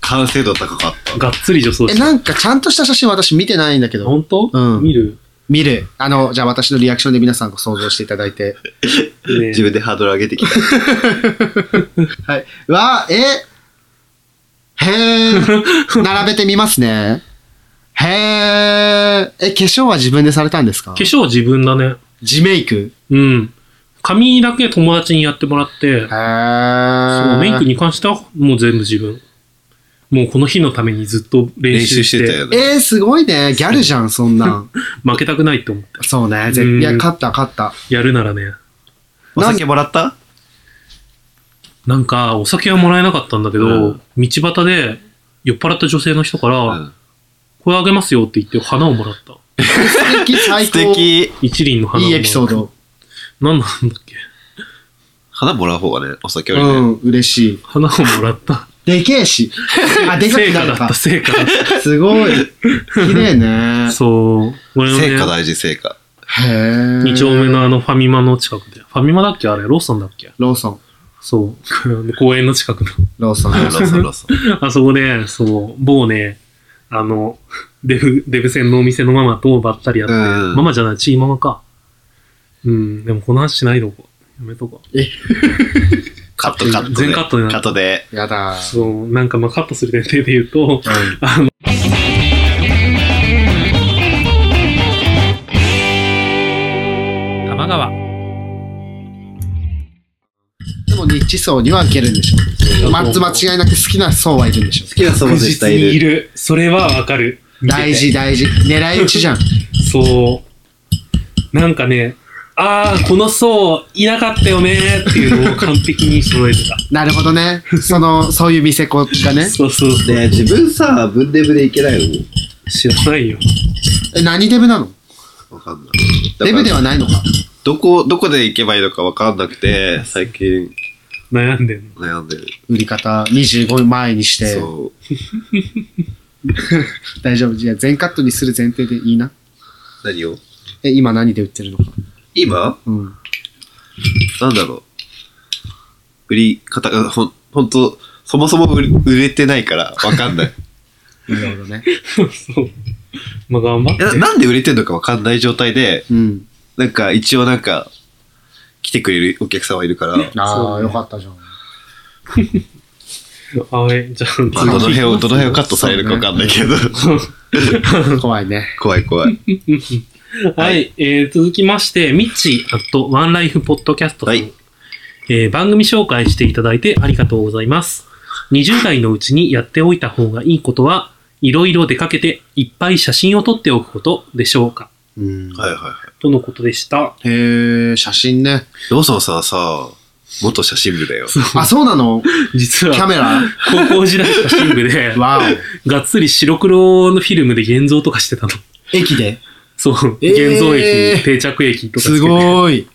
Speaker 1: 完成度高かった。
Speaker 2: がっつり女装
Speaker 3: え、
Speaker 2: した。
Speaker 3: なんかちゃんとした写真私見てないんだけど。
Speaker 2: 本当、
Speaker 3: うん
Speaker 2: 見る、
Speaker 3: 見る。あの、じゃあ私のリアクションで皆さんご想像していただ いて。
Speaker 2: ね
Speaker 1: 自分でハードル上げてきた。
Speaker 3: はい。わー、えへ ー。並べてみますね。へー。え、化粧は自分でされたんですか
Speaker 2: 化粧は自分だね。
Speaker 3: 自メイク
Speaker 2: うん。髪だけ友達にやってもらって
Speaker 3: へ、ー。
Speaker 2: そう、メイクに関してはもう全部自分。もうこの日のためにずっと 練
Speaker 1: 練
Speaker 2: 習
Speaker 1: 習
Speaker 2: し、
Speaker 1: しててたよね。
Speaker 3: えー、すごいね。ギャルじゃん、そん なん。
Speaker 2: 負けたくないって思って。
Speaker 3: そうね。ぜ
Speaker 2: うん
Speaker 3: いや、勝った、勝った。
Speaker 2: やるならね。
Speaker 1: お酒もらった
Speaker 2: なんか、お酒はもらえなかったんだけど、
Speaker 1: うん
Speaker 2: 道端で酔っ払った女性の人から、
Speaker 1: うん
Speaker 2: これあげますよって言って花をもらった。
Speaker 3: 素敵、最
Speaker 1: 素
Speaker 3: 高。
Speaker 1: 敵。
Speaker 2: 一輪の花を
Speaker 3: い
Speaker 2: も
Speaker 3: い
Speaker 2: らった
Speaker 3: エピソー。ド。
Speaker 2: 何なんだっけ
Speaker 1: 花もらう方がね、お酒よ
Speaker 3: う
Speaker 1: りね。
Speaker 3: ん、嬉しい。
Speaker 2: 花をもらった。
Speaker 3: でけえし。あ、でか く
Speaker 2: 成
Speaker 3: な
Speaker 2: 果だ
Speaker 3: る
Speaker 2: った、
Speaker 3: か。
Speaker 2: 成果だっ
Speaker 3: すごい。綺麗ね
Speaker 2: た。。そう。俺の
Speaker 1: 成果
Speaker 2: ね、
Speaker 1: 大事、成果。
Speaker 3: へえ。
Speaker 2: 二丁目のあのファミマの近くで。ファミマだっけあれ、ローソンだっけ
Speaker 3: ローソン。
Speaker 2: そう。公園の近くの。
Speaker 3: ローソン。
Speaker 1: ローソンロー ソン。
Speaker 2: あそこで、そう、某ね、あの、デブ、デブ戦のお店のママとばったりやって、
Speaker 1: うん
Speaker 2: ママじゃない、チーママか。うん、でもこの話しないでおこう。やめとこう。
Speaker 1: カットカットで。
Speaker 2: 全カットでな
Speaker 1: カットで。
Speaker 3: やだ。
Speaker 2: そう、なんかまあカットする前提で言うと、
Speaker 3: うん
Speaker 2: あの、玉川。
Speaker 3: でも、ニッチ層には受けるんでしょ。まず間違いなく好きな層はいるんでしょ
Speaker 1: 好。きな層も
Speaker 2: 確
Speaker 1: 絶
Speaker 2: 実
Speaker 1: 対い
Speaker 2: にい
Speaker 1: る。
Speaker 2: る。それはわかる。見てて
Speaker 3: 大事、大事。狙い撃ちじゃん。
Speaker 2: そう。なんかね、ああ、この層いなかったよねーっていうのを完璧に揃えてた。
Speaker 3: なるほどね。その、そういう店子がね。
Speaker 2: そうそうそう。
Speaker 1: で、自分さ、分デブでいけないよ。
Speaker 2: 知らないよ。
Speaker 3: え、何デブなの
Speaker 1: わかんない。
Speaker 3: デブではないのか。
Speaker 1: どこ、どこで行けばいいのかわかんなくて、最近
Speaker 2: 悩んでんの。
Speaker 1: 悩んでる。
Speaker 3: 売り方25前にして。
Speaker 1: そう。
Speaker 3: 大丈夫。じゃあ、全カットにする前提でいいな。
Speaker 1: 何を
Speaker 3: え、今何で売ってるのか。
Speaker 1: 今
Speaker 3: うん。
Speaker 1: なんだろう。売り方が、ほん、ほんと、そもそも売れ売れてないから、わかんない。
Speaker 3: なるほどね。
Speaker 2: そう。まあ、頑張っ
Speaker 1: え
Speaker 2: て
Speaker 1: な。なんで売れてんのかわかんない状態で、
Speaker 3: うん。
Speaker 1: なんか一応なんか、来てくれるお客さんはいるから、
Speaker 3: あ
Speaker 2: そう
Speaker 3: あ、
Speaker 2: ね
Speaker 3: よかったじゃん。
Speaker 2: あはい。じゃあ、
Speaker 1: まあ、どの辺を、どの辺をカットされるかわかんないけど、
Speaker 3: 怖いね。
Speaker 1: 怖い怖い。
Speaker 2: はい、えー続きまして、ミッチーアットワンライフポッドキャストさん、
Speaker 1: はい
Speaker 2: えー番組紹介していただいてありがとうございます。20代のうちにやっておいた方がいいことは、いろいろ出かけていっぱい写真を撮っておくことでしょうか
Speaker 3: うん。
Speaker 1: はいはいはい。
Speaker 2: とのことでした。
Speaker 3: へえ、写真ね。
Speaker 1: ローソンさんはさ、元写真部だよ。
Speaker 3: あ、そうな の
Speaker 2: 実
Speaker 3: キャ
Speaker 2: は、
Speaker 3: メラ
Speaker 2: 高校時代写真部 で、
Speaker 3: わお。
Speaker 2: がっつり白黒のフィルムで現像とかしてたの。
Speaker 3: 駅で
Speaker 2: そう。
Speaker 3: えー
Speaker 2: 現像液に定着液とかつけて
Speaker 3: すごい。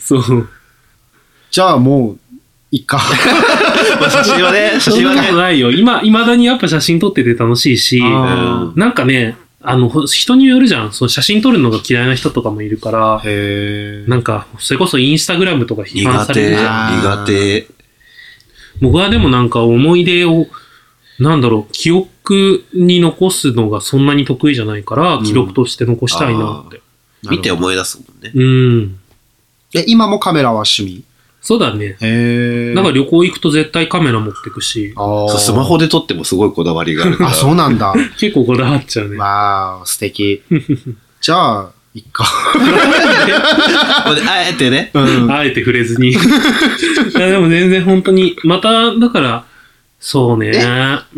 Speaker 2: そう。
Speaker 3: じゃあもう、いっか。
Speaker 1: まあ写真はね、写
Speaker 2: そん
Speaker 1: 真は
Speaker 2: なこと
Speaker 1: ね。
Speaker 2: ないよ。今、未だにやっぱ写真撮ってて楽しいし、
Speaker 1: あー
Speaker 2: なんかね、あの、ほ人によるじゃん。その写真撮るのが嫌いな人とかもいるから、
Speaker 3: へ
Speaker 2: なんか、それこそインスタグラムとか批判
Speaker 1: 苦
Speaker 2: される
Speaker 1: 手、
Speaker 2: じゃん。
Speaker 1: 苦手。
Speaker 2: 僕はでもなんか思い出を、なんだろう、記憶に残すのがそんなに得意じゃないから、記録として残したいなって。
Speaker 1: 見て思い出すもんね。
Speaker 2: うん。
Speaker 3: え、今もカメラは趣味
Speaker 2: そうだね。
Speaker 3: へ
Speaker 2: なんか旅行行くと絶対カメラ持ってくし、
Speaker 3: あ
Speaker 1: そう
Speaker 3: ー
Speaker 1: スマホで撮ってもすごいこだわりがあるから。
Speaker 3: あ、そうなんだ。
Speaker 2: 結構こだわっちゃうね。
Speaker 3: わー、素敵。じゃあ、いっか。
Speaker 1: まあねあえてね。
Speaker 3: うん。
Speaker 2: あえて触れずに。いやでも全然本当に、また、だから、そうね。味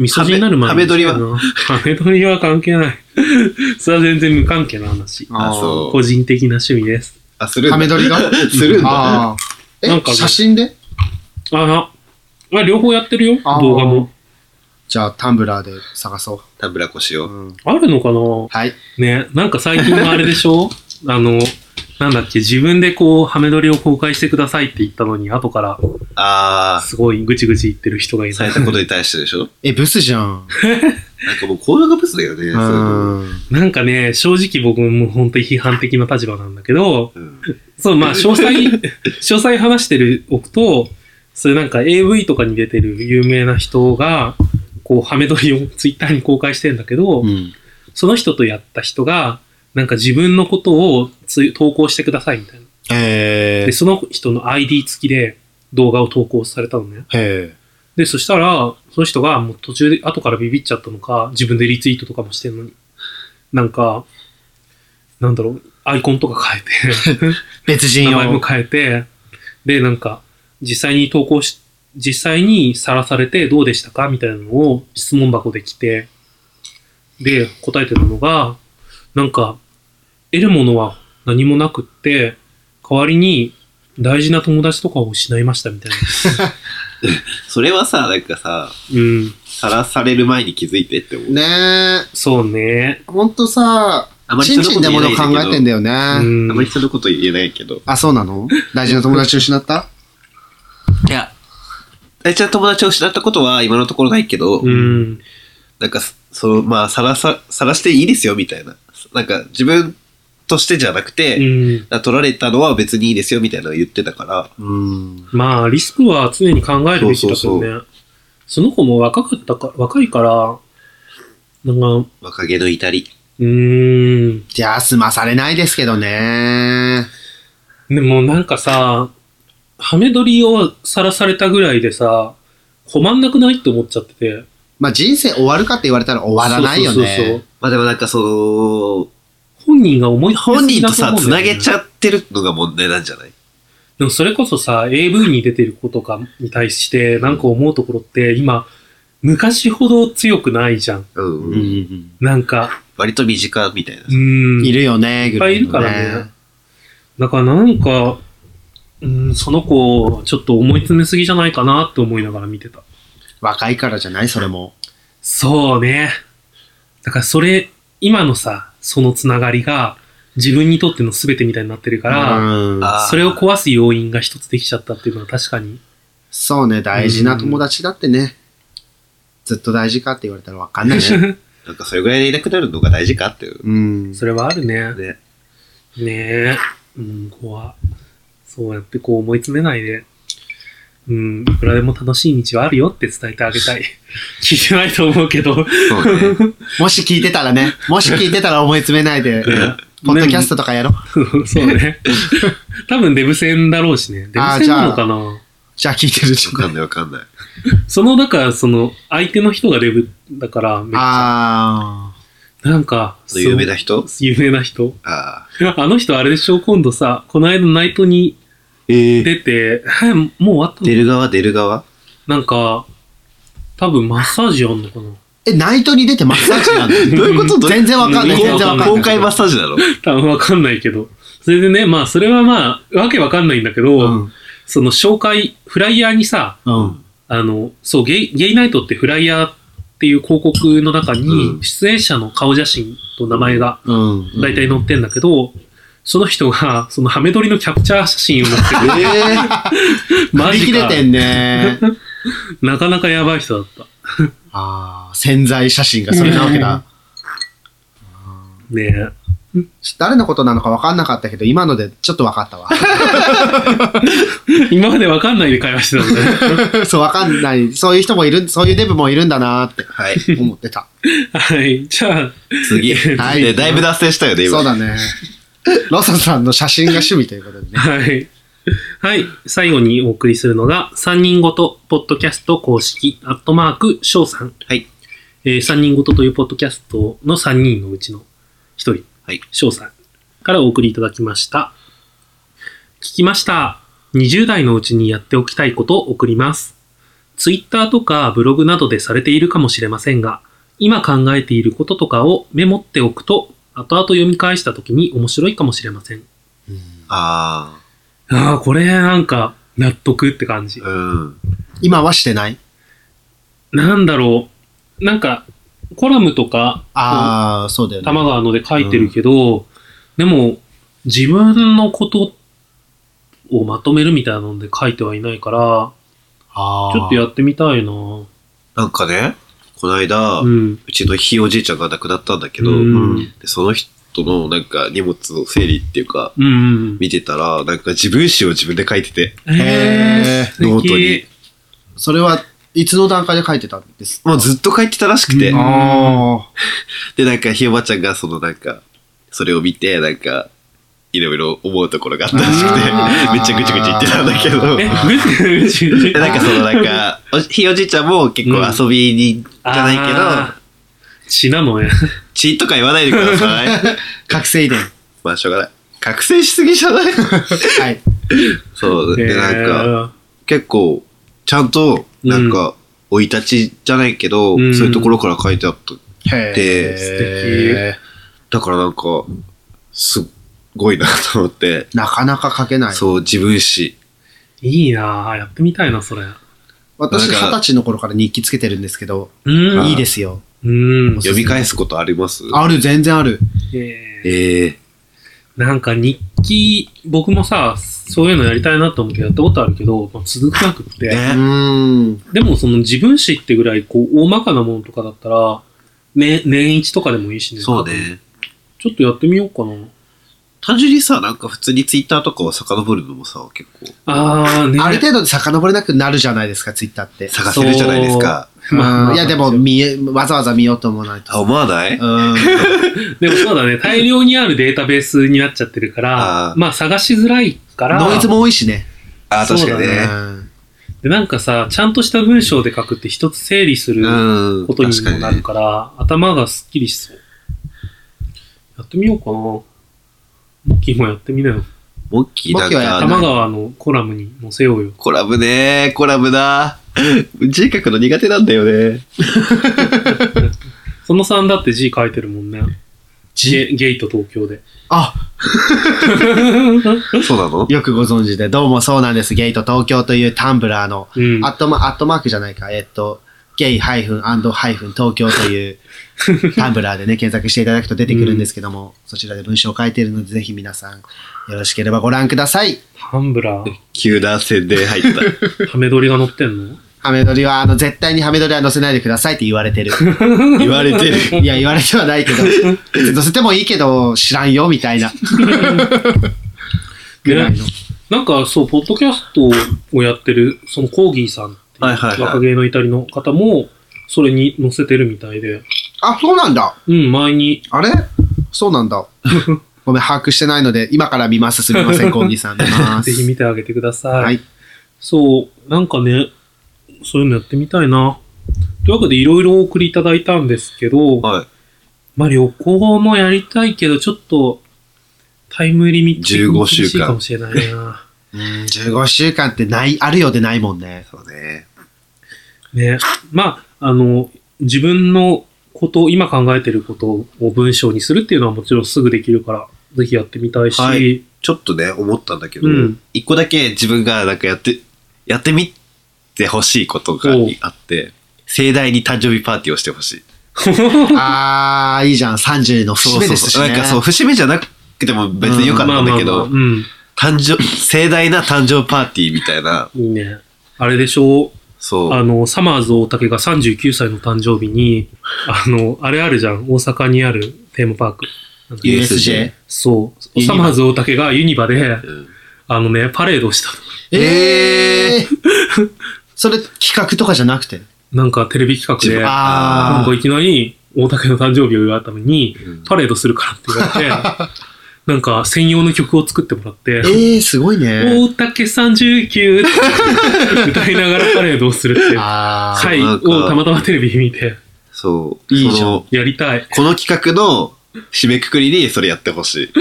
Speaker 2: 噌汁になる前に。
Speaker 1: ハメ撮りは
Speaker 2: ハメ撮りは関係ない。 それは全然無関係な話。
Speaker 1: あ、そう。
Speaker 2: 個人的な趣味です。
Speaker 1: あ、するんだ
Speaker 3: ハメ撮りが
Speaker 1: するんだ。
Speaker 3: ああ。え
Speaker 2: なんか、
Speaker 3: 写真で
Speaker 2: あ、あ両方やってるよ。
Speaker 3: あー
Speaker 2: 動画も。
Speaker 3: じゃあ、タンブラーで探そ
Speaker 1: 田村腰
Speaker 3: う。
Speaker 1: を。
Speaker 3: うん。
Speaker 2: あるのかな
Speaker 3: はい。
Speaker 2: ね。なんか最近のあれでしょあの、なんだっけ、自分でこう、ハメ撮りを公開してくださいって言ったのに、後から、
Speaker 1: あ
Speaker 2: すごいぐちぐち言ってる人がい
Speaker 1: あ、
Speaker 2: る
Speaker 1: されたことに対してでしょ
Speaker 3: え、ブスじゃん。
Speaker 1: なんかもう行動がブスだよね。そういう
Speaker 3: う
Speaker 1: の
Speaker 3: ん。
Speaker 2: なんかね、正直僕も本当に批判的な立場なんだけど、
Speaker 1: うん
Speaker 2: そう、まあ、詳 細、詳細話してるおくと、それなんか AV とかに出てる有名な人が、こう、ハメ撮りをツイッターに公開してんだけど、
Speaker 3: うん。
Speaker 2: その人とやった人が、なんか自分のことをツイ投稿してくださいみたいな。
Speaker 3: え
Speaker 2: で、その人の ID 付きで動画を投稿されたのね。
Speaker 3: ー。へ
Speaker 2: で、そしたら、その人がもう途中で、後からビビっちゃったのか、自分でリツイートとかもしてんのに。なんか、なんだろう、アイコンとか変え て、
Speaker 3: ー。別人
Speaker 2: 名
Speaker 3: 用。
Speaker 2: 前も変えて、で、なんか、実際に投稿し、実際にさらされてどうでしたかみたいなのを質問箱で来て、で、答えてたのが、なんか、得るものは何もなくって、代わりに大事な友達とかを失いましたみたいな。
Speaker 1: それはさ、なんかさ、
Speaker 2: うん。
Speaker 1: さらされる前に気づいてって思う。
Speaker 3: ねえ。
Speaker 2: そうね。
Speaker 3: ほんとさ、
Speaker 1: あまり
Speaker 3: ち
Speaker 1: 人のこ
Speaker 3: ん
Speaker 1: と
Speaker 3: ちんで
Speaker 1: 言え
Speaker 3: も
Speaker 1: ないん
Speaker 3: の考
Speaker 1: だけど
Speaker 3: えてんだよ
Speaker 2: う
Speaker 3: ね。
Speaker 1: あ
Speaker 2: ん
Speaker 1: まり人のこと言えないけど。
Speaker 3: あ、そうなの大事な友達を失った
Speaker 1: いや。大ちゃん友達を失ったことは今のところないけど、
Speaker 2: うん。
Speaker 1: なんか、その、まあ、さらさ、さらしていいですよ、みたいな。なんか、自分としてじゃなくて、
Speaker 2: うん。
Speaker 1: あ取られたのは別にいいですよみたいなのを言ってたから。うん。
Speaker 2: まあ、リスクは常に考えるべきだけどね。そ
Speaker 1: そうそ
Speaker 2: の子も若かったか、若いから、なんか、
Speaker 1: 若気の至り。
Speaker 2: うーん。
Speaker 3: じゃあ、済まされないですけどね。
Speaker 2: でもなんかさ、ハメ撮りをさらされたぐらいでさ、困んなくないって思っちゃってて。
Speaker 3: まあ、人生終わるかって言われたら終わらないよね。
Speaker 2: そうそうそうそう
Speaker 1: まあでもなんかそ
Speaker 2: 本人が思い
Speaker 1: の、本人とさ、つなげ
Speaker 2: ゃ
Speaker 1: ちゃってるのが問題なんじゃない
Speaker 2: でもそれこそさ、AV に出てる子とかに対してなんか思うところって今、昔ほど強くないじゃん。
Speaker 1: うん。
Speaker 3: うん
Speaker 2: なんか、
Speaker 1: 割と身近みたいな
Speaker 2: う。ーん。
Speaker 3: いるよね、
Speaker 2: いっ
Speaker 3: ぐ
Speaker 2: ぱ
Speaker 3: ら
Speaker 2: いい
Speaker 3: い
Speaker 2: る
Speaker 3: の
Speaker 2: からね。。だからなんか、うん、その子、ちょっと思い詰めすぎじゃないかなって思いながら見てた。
Speaker 3: 若いからじゃないそれも。
Speaker 2: そうね。だからそれ、今のさ、そのつながりが自分にとっての全てみたいになってるから、
Speaker 3: うん
Speaker 1: あ
Speaker 2: それを壊す要因が一つできちゃったっていうのは確かに。
Speaker 3: そうね、大事な友達だってね。ずっと大事かって言われたらわかんないね。
Speaker 1: なんかそれぐらいでいなくなるのが大事かっていう。
Speaker 3: うん。
Speaker 2: それはあるね。
Speaker 1: ね。
Speaker 2: ねえ。うん、怖そうやってこう思い詰めないで。うん、いくらでも楽しい道はあるよって伝えてあげ たい。聞いてないと思うけど。
Speaker 1: そう ね。
Speaker 3: もし聞いてたらね、もし聞いてたら思い詰めないで、ポッドキャストとかやろ う。
Speaker 2: そ うね。多分デブ戦だろうしね。デブ
Speaker 3: あー
Speaker 2: 戦
Speaker 3: じゃあ
Speaker 2: なのかな
Speaker 3: じゃあ聞いてるじ
Speaker 1: わかんないわかんない。
Speaker 2: その、だから、その、相手の人がデブだから、めっちゃ。
Speaker 3: あ
Speaker 2: なんか、
Speaker 1: そう有名な人
Speaker 2: そう有名な人。
Speaker 1: ああ。
Speaker 2: あの人、あれでしょ今度さ、この間ナイトに
Speaker 1: え
Speaker 2: 出て、えもう終わったの
Speaker 1: 出る側出る側
Speaker 2: なんか、多分マッサージあん のかな
Speaker 3: ー。え、ナイトに出てマッサージなの
Speaker 1: どういうこと
Speaker 3: 全然わかんない。
Speaker 2: うん
Speaker 3: 全然わかん
Speaker 1: 公
Speaker 3: ない。
Speaker 1: 開マッサージなの
Speaker 2: 多分わかんないけど。それでね、まあ、それはまあ、わけわかんないんだけど、
Speaker 3: うん。
Speaker 2: その紹介、フライヤーにさ、
Speaker 3: うん。
Speaker 2: あの、そう、ゲイ、ゲイナイトってフライヤーっていう広告の中に
Speaker 1: う、ん
Speaker 2: 出演者の顔写真と名前が
Speaker 3: うん。
Speaker 2: 大体載ってんだけど、その人が、そのハメ撮りのキャプチャー写真を持って
Speaker 3: えー、
Speaker 2: る、マ
Speaker 3: 振り
Speaker 2: ジ
Speaker 3: 切れ
Speaker 2: か。
Speaker 3: てん ね。
Speaker 2: なかなかやばい人だった。
Speaker 3: ああ、潜在写真がそれなわけだ。
Speaker 2: ねえ。
Speaker 3: 誰のことなのかわかんなかったけど、今のでちょっとわかったわ。
Speaker 2: 今までわかんないで会 話してたんだね。
Speaker 3: そう、わかんない。そういう人もいる、そういうデブもいるんだなーって
Speaker 1: はい。
Speaker 3: 思ってた。
Speaker 2: はい。じゃあ、
Speaker 1: 次。
Speaker 3: はい
Speaker 1: ねだいぶ脱線したよね、今。
Speaker 3: そうだね。ロサさんの写真が趣味ということでね。
Speaker 2: はい。はい。最後にお送りするのが、3人ごと、ポッドキャスト公式、アットマーク、翔さん。
Speaker 1: はい。
Speaker 2: えー、3人ごとというポッドキャストの3人のうちの1人、
Speaker 1: はい。
Speaker 2: 翔さんからお送りいただきました。聞きました。20代のうちにやっておきたいことを送ります。Twitter とかブログなどでされているかもしれませんが、今考えていることとかをメモっておくと、後々読み返した時に面白いかもしれません。
Speaker 1: あ
Speaker 2: ああ、これなんか納得って感じ
Speaker 1: あ。。うん。
Speaker 3: 今はしてない
Speaker 2: なんだろう。なんか、コラムとか、
Speaker 3: ああ、そうだよね。
Speaker 2: 玉川ので書いてるけど、でも、自分のことをまとめるみたいなので書いてはいないから、
Speaker 3: あ
Speaker 2: ちょっとやってみたいな
Speaker 1: なんかね、この間、
Speaker 2: う。
Speaker 1: うんちのひいおじいちゃんが亡くなったんだけど、
Speaker 2: うん
Speaker 1: でその人のなんか荷物の整理っていうか、
Speaker 2: うんうん。
Speaker 1: 見てたら、なんか自分史を自分で書いてて、
Speaker 2: へー素敵
Speaker 1: ノートに
Speaker 3: それはいつの段階で書いてたんです
Speaker 1: もうずっと書いてたらしくて、
Speaker 2: うん
Speaker 3: あ
Speaker 1: で、なんかひいおばあちゃんがそのなんか、それを見て、なんか、いろいろ思うところがあったらしくて、
Speaker 3: あー
Speaker 1: めっちゃぐちぐち言ってたんだけど、
Speaker 2: え、
Speaker 1: で
Speaker 2: ぐちぐちぐち。
Speaker 1: なんかそのなんか、おひいおじいちゃんも結構遊びに、じゃないけど、
Speaker 2: あー。血なのね。
Speaker 1: 血とか言わないでください。
Speaker 3: ー覚醒遺伝。
Speaker 1: まあしょうがない。覚醒しすぎじゃない
Speaker 3: はい。
Speaker 1: そう、 で、なんか、
Speaker 2: か、
Speaker 1: 結構、ちゃんと、なんか、生い立ちじゃないけど、
Speaker 2: うん
Speaker 1: そういうところから書いてあった。
Speaker 3: へ
Speaker 1: で
Speaker 2: 素
Speaker 1: だからなんか、すっごいなと思って、
Speaker 3: なかなか書けない。
Speaker 1: そう、自分史。
Speaker 2: いいなぁ。やってみたいな、それ。
Speaker 1: な
Speaker 3: 私、
Speaker 1: ん
Speaker 3: 二
Speaker 1: か
Speaker 3: 十歳の頃から日記つけてるんですけど、
Speaker 2: うん。
Speaker 3: いいですよ。
Speaker 2: うん。
Speaker 1: 読み返すことあります
Speaker 3: ある、全然ある。
Speaker 2: えー
Speaker 1: ええ
Speaker 2: なんか日記、僕もさ、そういうのやりたいなと思うけど、やったことあるけど、まあ、続かなくって。
Speaker 3: う
Speaker 1: ね。
Speaker 3: ーん。
Speaker 2: でもその自分史ってぐらい、こう、大まかなものとかだったら、ね、年一とかでもいいしね。
Speaker 1: そうね。
Speaker 2: ちょっとやってみようかな。
Speaker 1: 単純にさ、なんか普通にツイッターとかを遡るのもさ、結構
Speaker 2: ああ、ね。
Speaker 3: ある程度遡れなくなるじゃないですか、ツイッターって。
Speaker 1: 探せるじゃないですか。
Speaker 3: うんいや、でも、見え、わざわざ見ようと思わない
Speaker 1: あ、
Speaker 3: と。
Speaker 1: 思わない
Speaker 3: うん。
Speaker 2: でもそうだね、大量にあるデータベースになっちゃってるから、
Speaker 1: あー
Speaker 2: まあ探しづらいから、
Speaker 3: ノイズも多いしね。
Speaker 1: あ、確かに
Speaker 2: そう
Speaker 1: ね。
Speaker 3: うん
Speaker 2: でなんかさ、ちゃんとした文章で書くって一つ整理する
Speaker 1: うん。
Speaker 2: ことに
Speaker 1: 確か
Speaker 2: も
Speaker 1: に
Speaker 2: なる
Speaker 1: ね。
Speaker 2: から、頭がすっきりしそう。やってみようかな。モッキーもやってみなよ。
Speaker 1: モッキーなん
Speaker 3: モッキーはや
Speaker 1: か
Speaker 3: っ
Speaker 1: あ
Speaker 2: 玉
Speaker 1: の、
Speaker 2: 川のコラムに載せようよ。
Speaker 1: コラムね、コラムだ。字書くの苦手なんだよね。
Speaker 2: その3だって字書いてるもんね。ゲゲイと東京 で。
Speaker 3: あ、
Speaker 1: そうなの
Speaker 3: よくご存知で。どうもそうなんです。ゲイと東京というタンブラーの、
Speaker 2: うん。
Speaker 3: アットマアットマークじゃないか。えっと、ゲイハイフンアンドハイフン東京という タンブラーでね、検索していただくと出てくるんですけども、そちらで文章を書いているので、ぜひ皆さん、よろしければご覧ください。
Speaker 2: ハンブラー、
Speaker 1: 急な宣伝入った。
Speaker 2: ため撮りが載ってんの
Speaker 3: ハメ撮りは、あの、絶対にハメ撮りは載せないでくださいって言わ れてる。
Speaker 1: 言われてる。
Speaker 3: いや、言われてはないけど、別に載せてもいいけど、知らんよ、み たいな。ぐらいの。
Speaker 2: なんかそう、ポッドキャストをやってる、そのコーギーさんって
Speaker 1: はいはいいうは
Speaker 2: 若
Speaker 1: い。
Speaker 2: 芸の至りの方も、それに載せてるみたいで、
Speaker 3: あ、そうなんだ。
Speaker 2: うん、前に、
Speaker 3: あれそうなんだ。ごめん、把握してないので、今から見ます。すみません、コンギさん。見 ま
Speaker 2: ぜ
Speaker 3: す。
Speaker 2: ひ見てあげてください。
Speaker 3: はい。
Speaker 2: そう、なんかね、そういうのやってみたいな。というわけで、いろいろお送りいただいたんですけど、
Speaker 1: は
Speaker 2: まあ旅行もやりたいけど、ちょっと、タイムリミット
Speaker 1: 15
Speaker 2: 厳しいかもしれないな。
Speaker 3: うん、15週間ってない、あるようでないもんね
Speaker 1: い。。そうね。
Speaker 2: ね。まあ、あの、自分のこと、今考えてることを文章にするっていうのはもちろんすぐできるから、ぜひやってみたいし、
Speaker 1: はいちょっとね、思ったんだけど
Speaker 2: うん、
Speaker 1: 一個だけ自分がなんかやって、やってみてほしいことが
Speaker 2: おう
Speaker 1: あって、盛大に誕生日パーティーをしてほしい。
Speaker 3: あー、いいじゃん。30の節
Speaker 1: そうそ
Speaker 3: 目
Speaker 1: う
Speaker 3: ですし
Speaker 1: そう。
Speaker 3: ね。
Speaker 1: なんかそう、節目じゃなくても別によかったんだけ
Speaker 2: まあ
Speaker 1: ど
Speaker 2: まあまあ、うん。
Speaker 1: 誕生、盛大な誕生パーティーみたいな、
Speaker 2: いいね。あれでしょう、
Speaker 1: そ
Speaker 2: あ
Speaker 1: う。
Speaker 2: の、サマーズ大竹が39歳の誕生日に、あの、あれあるじゃん、大阪にあるテーマパーク。なんだっけ
Speaker 3: USJ。
Speaker 2: そう。
Speaker 3: ユニ
Speaker 2: サ
Speaker 3: バ
Speaker 2: マーズ大竹がユニバで、
Speaker 1: うん
Speaker 2: あのね、パレードをした。
Speaker 3: えー。それ、企画とかじゃなくて。
Speaker 2: なんかテレビ企画で、なん
Speaker 3: あ
Speaker 2: かいきなり大竹の誕生日を祝うために
Speaker 1: うん、
Speaker 2: パレードするからって言われ て、なんか専用の曲を作ってもらって
Speaker 3: ー。、えー、すごいね。
Speaker 2: 大竹39って歌いながらパレードをするっていう
Speaker 3: あー。
Speaker 2: 回をたまたまテレビで見て、
Speaker 1: そう。
Speaker 3: いいじゃん
Speaker 1: その
Speaker 2: やりたい。
Speaker 1: この企画の締めくくりにそれやってほ しい。だ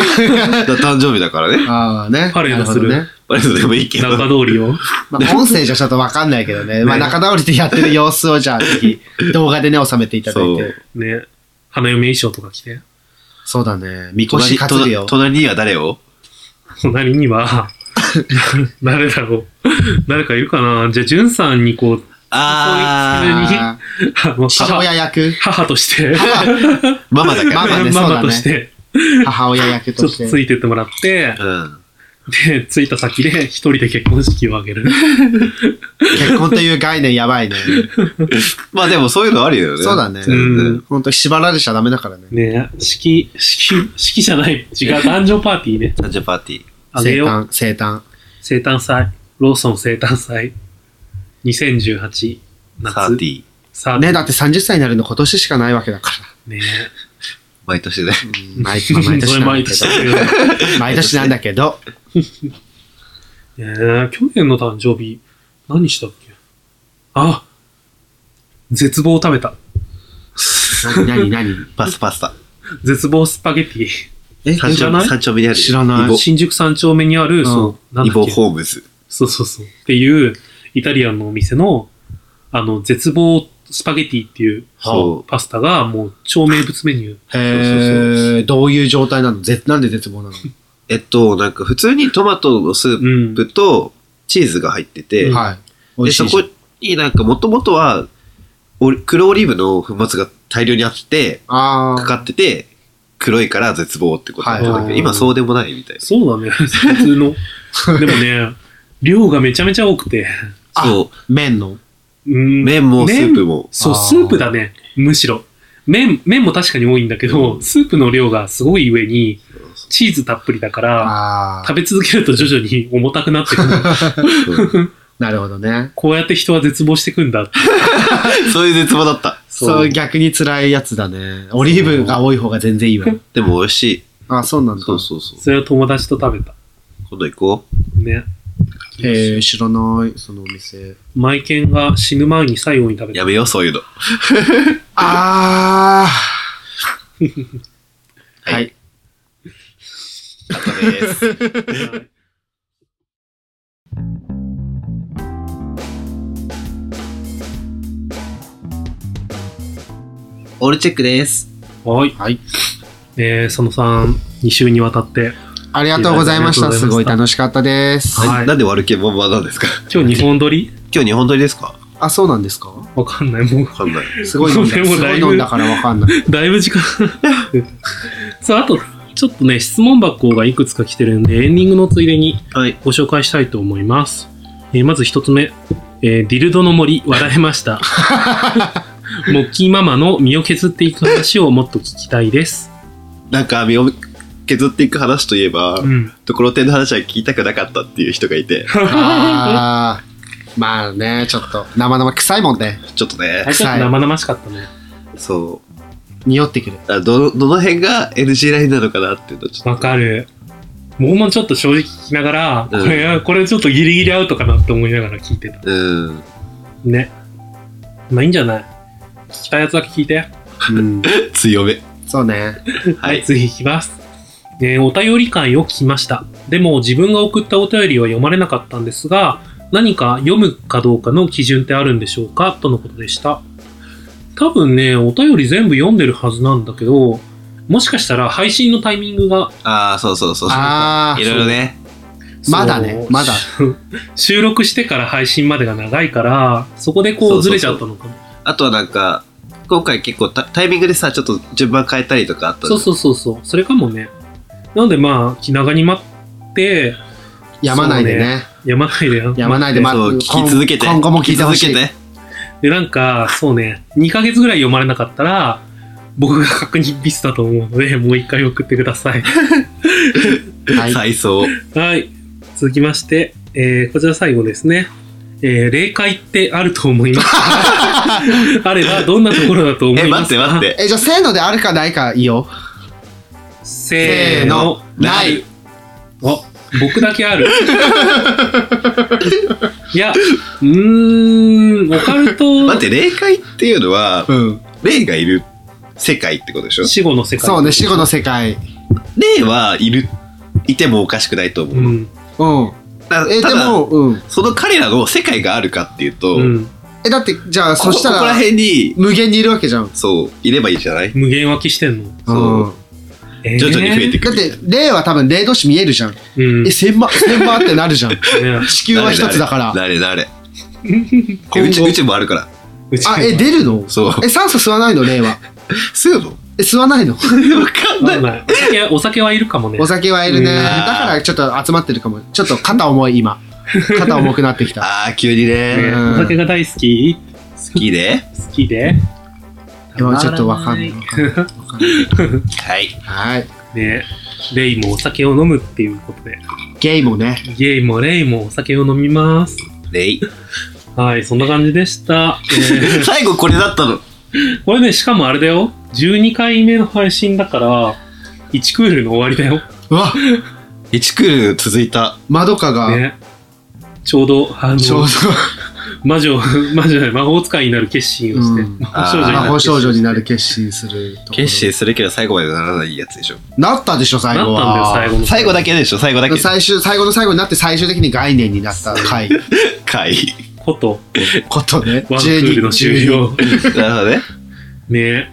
Speaker 1: 誕生日だからね。
Speaker 3: あーね。
Speaker 2: パレードする
Speaker 3: なほどね。
Speaker 1: あれでもいいけど。
Speaker 2: 中通りを。
Speaker 3: まあ、音声じゃちょっとわかんないけどね。まあ、
Speaker 2: ね
Speaker 3: 仲直りでやってる様子を、じゃあ、ぜひ、動画でね、収めていただい
Speaker 1: そ
Speaker 3: て
Speaker 1: う。。
Speaker 2: ね、花嫁衣装とか着て、
Speaker 3: そうだね。みこし
Speaker 1: 隣
Speaker 3: 担ぐよ
Speaker 1: 隣。隣には誰を
Speaker 2: 隣には、 誰だろう。誰かいるかなじゃあ、じゅんさんにこう、
Speaker 1: あ
Speaker 2: 隣に
Speaker 3: あー
Speaker 2: あの
Speaker 3: 母
Speaker 2: 母
Speaker 3: 親役
Speaker 2: 母と して、
Speaker 1: ー、ママだ か
Speaker 3: ママね
Speaker 2: マ
Speaker 3: そうだ
Speaker 2: マ
Speaker 3: ね
Speaker 2: として、
Speaker 3: 母親役
Speaker 2: ちょ
Speaker 3: と
Speaker 2: っ
Speaker 3: して。
Speaker 2: とついてってもらって、
Speaker 1: ら。うん。
Speaker 2: で、着いた先で一人で結婚式を挙げる。
Speaker 3: 結婚という概念やばいね。
Speaker 1: まあでもそういうのあるよね。
Speaker 3: そうだね
Speaker 2: うん
Speaker 3: 本当縛られちゃダメだからね。
Speaker 2: ね式、式、式じゃない、違う、 誕生パーティーね。
Speaker 1: 誕生パーティー。
Speaker 2: あげ
Speaker 3: 生
Speaker 2: よう。
Speaker 3: 誕、生誕。
Speaker 2: 生誕祭。ローソン生誕祭。2018夏。
Speaker 1: サーティー。
Speaker 2: さ
Speaker 3: ね、だって30歳になるの今年しかないわけだか
Speaker 2: ね
Speaker 1: 毎年ね。
Speaker 3: ら。うん毎まあ毎
Speaker 2: そ
Speaker 3: 年
Speaker 2: れ
Speaker 3: なん
Speaker 2: 毎
Speaker 3: だ
Speaker 2: 年
Speaker 3: けど。毎年なんだけど。
Speaker 2: ねえ去年の誕生日、何したっけあ絶望を食べた。
Speaker 3: なになに
Speaker 1: パスパスタ。
Speaker 2: 絶望スパゲティ。
Speaker 3: え
Speaker 1: 三
Speaker 2: 知ら
Speaker 1: 丁
Speaker 2: ない
Speaker 1: 三丁目にある。
Speaker 3: 知らない
Speaker 1: イボ
Speaker 2: 新宿三丁目にある、
Speaker 3: ん
Speaker 2: そう、なん
Speaker 1: イ
Speaker 2: だっ
Speaker 1: ボ
Speaker 2: け
Speaker 1: ホームズ。
Speaker 2: そうそうそう。っていう、イタリアンのお店の、あの、絶望スパゲティっていう、
Speaker 1: そう
Speaker 2: パスタが、もう、超名物メニュー。
Speaker 3: えー、どういう状態なのぜなんで絶望なの
Speaker 1: えっと、なんか普通にトマトのスー
Speaker 2: うん。
Speaker 1: プとチーズが入ってて、
Speaker 2: うん
Speaker 3: はい。美
Speaker 1: で
Speaker 3: 味し
Speaker 1: そ
Speaker 3: いじゃ
Speaker 1: こ
Speaker 3: ん。
Speaker 1: になんかもともとはオリ黒オリーブの粉末が大量にあって、
Speaker 3: あ
Speaker 1: かかってて、黒いから絶望ってことだったんだけど、
Speaker 2: はい
Speaker 1: 今そうでもないみたいな。
Speaker 2: そうだね。普通の。でもね、 量がめちゃめちゃ多くて。
Speaker 3: あ
Speaker 1: そ
Speaker 3: ー。麺の。
Speaker 2: うん
Speaker 1: う。麺もスープ
Speaker 2: も。
Speaker 1: も。
Speaker 2: そう、
Speaker 3: あー
Speaker 2: スープだね。むしろ。麺、麺も確かに多いんだけど、スープの量がすごい上に、チーズたっぷりだから、
Speaker 3: ああ
Speaker 2: 食。べ続けると徐々に 重たくな ってくる。
Speaker 3: なるほどね。
Speaker 2: こうやって人は絶望してくんだ。
Speaker 1: そういう絶望だった。
Speaker 2: そう
Speaker 3: そう、逆に辛いやつだね。オリーブが多い方が全然いいわ。
Speaker 1: でも美味しい。
Speaker 3: あ、そうなんだ。
Speaker 1: そうそうそう。
Speaker 2: それを友達と食べた。
Speaker 1: 今度行こう。
Speaker 2: ね。
Speaker 3: えー、知らない、そのお店。
Speaker 2: マイケンが死ぬ前に最後に食べた。
Speaker 1: やめよう、そういうの。
Speaker 3: あー。はい。
Speaker 1: あとです。オールチェックです。
Speaker 2: はい。
Speaker 3: はい。
Speaker 2: えー、その3、2週にわたって。
Speaker 3: ありがとうございまし
Speaker 2: あ
Speaker 3: た。
Speaker 2: りが
Speaker 3: す
Speaker 2: とうご
Speaker 3: ご
Speaker 2: ざ
Speaker 3: い
Speaker 2: いました
Speaker 3: 楽しかったです。
Speaker 2: はい
Speaker 1: はい、なんで悪気まんまなんですか
Speaker 2: 今日2本撮り
Speaker 1: 今日日本撮りですか
Speaker 3: あ、そうなんですか
Speaker 2: わかんない。もう
Speaker 1: わ、かんない。
Speaker 3: すごい飲んだ。
Speaker 2: でも
Speaker 3: すご
Speaker 2: だ
Speaker 3: い
Speaker 2: いぶ
Speaker 3: 飲んだからわか んない。
Speaker 2: だいぶ 時間さあ、あと、ちょっとね、質問箱がいくつか来てるんで、エンディングのついでに
Speaker 1: はい。
Speaker 2: ご紹介したいと思います。えーまず一つ目、えーディルドの森、笑えました。モッキーママの身を削っていく話をもっと聞きたいです。
Speaker 1: なんか、身を削っていく話といえば、
Speaker 2: うん。
Speaker 1: ところてんの話は聞きたくなかったっていう人がいて、
Speaker 3: あー。まあね、ちょっと生々臭いもんね。
Speaker 1: ちょっとね、
Speaker 2: あれちょっと生々しかったね。
Speaker 1: そ
Speaker 3: 匂ってくる。
Speaker 1: う。あどの、どの辺が NG ラインなのかなっていうのはちょっと。
Speaker 2: わかる。僕もちょっと正直聞きながら、
Speaker 1: うん
Speaker 2: これ、これちょっとギリギリアウトかなって思いながら聞いてた。
Speaker 1: うん。
Speaker 2: ね。まあいいんじゃない聞きたいやつだけ聞いて。
Speaker 3: うん。
Speaker 1: 強め。
Speaker 3: そうね。
Speaker 1: はい。
Speaker 2: 次いきます。えーお便り会を聞きました。でも自分が送ったお便りは読まれなかったんですが、何か読むかどうかの基準ってあるんでしょうかとのことでした。多分ね、お便り全部読んでるはずなんだけど、もしかしたら配信のタイミングが、
Speaker 1: ああ、そうそうそう。
Speaker 3: あ
Speaker 1: い
Speaker 3: ー。
Speaker 1: ろいろね。
Speaker 3: まだね
Speaker 2: そう
Speaker 3: まだ。
Speaker 2: 収録してから配信までが長いから、そこでこ
Speaker 1: そうう
Speaker 2: ず
Speaker 1: そうそう
Speaker 2: れちゃったのかも。
Speaker 1: あとはなんか、今回結構タタイミングでさ、ちょっと順番変えたりとかあった
Speaker 2: そうそうそうそう。それかもね。なのでまあ、気長に待って、
Speaker 3: やまないで
Speaker 2: そう
Speaker 3: ね。
Speaker 2: やまないでよ。
Speaker 3: やまないで
Speaker 1: う
Speaker 3: 待
Speaker 1: そう
Speaker 3: っ
Speaker 1: 聞
Speaker 3: て。
Speaker 1: き続けて。
Speaker 3: 今後も聞いてほし
Speaker 1: 聞
Speaker 3: い
Speaker 1: き。続けて。
Speaker 2: で、なんか、そうね、2ヶ月ぐらい読まれなかったら、僕が確認ミスだと思うので、もう一回送ってく ださい。
Speaker 3: はい。
Speaker 1: 再送。
Speaker 2: はい。続きまして、えー、こちら最後ですね。えー、霊界ってあると思い ます。あれば、どんなところだと思
Speaker 1: え、
Speaker 2: いま
Speaker 1: 待っ
Speaker 2: す
Speaker 1: て
Speaker 2: か
Speaker 1: 待って。
Speaker 3: え、じゃあ、せーのであるかないかいいよ。
Speaker 2: せーの。
Speaker 1: ない。
Speaker 2: お、僕だけ ある。いや、うーん、オカルト
Speaker 1: 待って、霊界っていうのは、
Speaker 3: うん。
Speaker 1: 霊がいる世界ってことでしょ
Speaker 2: 死後の世界。
Speaker 3: そうね、死後の世界。
Speaker 1: 霊はいる、いてもおかしくないと思う
Speaker 2: う
Speaker 1: の。
Speaker 2: ん。
Speaker 3: うん。
Speaker 1: た
Speaker 3: え、
Speaker 1: た
Speaker 3: で
Speaker 1: だ
Speaker 3: も、うん。
Speaker 1: その彼らの世界があるかっていうと、
Speaker 2: うん。
Speaker 3: え、だって、じゃあ、
Speaker 1: こ
Speaker 3: そした
Speaker 1: ここら
Speaker 3: ら、
Speaker 1: 辺に、
Speaker 3: 無限にいるわけじゃん。
Speaker 1: そう、いればいいじゃない
Speaker 2: 無限湧きしてんの。
Speaker 1: そう
Speaker 3: うん。
Speaker 2: えー
Speaker 1: 徐々に増えてく
Speaker 3: だっ
Speaker 1: る。
Speaker 3: て、霊は多分、霊同士見えるじゃん。
Speaker 2: うん。
Speaker 3: え、千万、千万ってな るじゃん。
Speaker 2: ね
Speaker 3: 地球は一つだから。
Speaker 1: 誰 誰
Speaker 3: 今後
Speaker 1: うち、うちもあるから。
Speaker 2: うち
Speaker 3: あ、え、出るの
Speaker 1: そう。
Speaker 3: え、酸素吸わないの、霊は。
Speaker 1: そういうのわ
Speaker 3: え、吸わな いの。
Speaker 1: かんな
Speaker 2: わか
Speaker 1: い
Speaker 2: ん。ないお酒はお酒はいるかもね
Speaker 3: お。酒はいるね。
Speaker 2: うん
Speaker 3: だから、ちょっと集まってるかも。ちょっと肩重い、今。肩重くなって きた。
Speaker 1: ああ、急に
Speaker 2: ね
Speaker 1: ね。
Speaker 3: うん
Speaker 2: お酒が大好き
Speaker 1: 好きで。
Speaker 2: 好きで。
Speaker 3: でも、ちょっとわかんない。わかんないわかんない。
Speaker 1: はい。
Speaker 3: はい。
Speaker 2: ねレイもお酒を飲むっていうことで。
Speaker 3: ゲイもね。
Speaker 2: ゲイもレイもお酒を飲みます。
Speaker 1: 霊。
Speaker 2: はい、そんな感じでした。 え
Speaker 1: 最後これだったの。
Speaker 2: ーこれね、しかもあれだよ。12回目の配信だから、1クールの終わりだよ。
Speaker 3: うわ、
Speaker 1: 1クール続いた。
Speaker 3: まどかが、
Speaker 2: ね。ちょうど、あの、
Speaker 3: ちょうど。
Speaker 2: 魔女、魔女じゃない、魔法使いになる決心をして、
Speaker 3: うん
Speaker 2: 魔法少女になる決心をし
Speaker 1: あ
Speaker 2: て。
Speaker 3: 魔法少女になる決心するところ
Speaker 1: 決心するけど最後までならないやつでしょ。
Speaker 3: なったでしょ最
Speaker 2: な
Speaker 3: 後
Speaker 2: ったんだよ、最
Speaker 3: は
Speaker 2: 後の。
Speaker 1: 最後だけでしょ、最後だけ。
Speaker 3: 最終最後の最後になって最終的に概念になった回
Speaker 1: 回。
Speaker 2: こと、
Speaker 3: ことね
Speaker 2: ワンクールの終了。
Speaker 1: なるほど ね。
Speaker 2: ね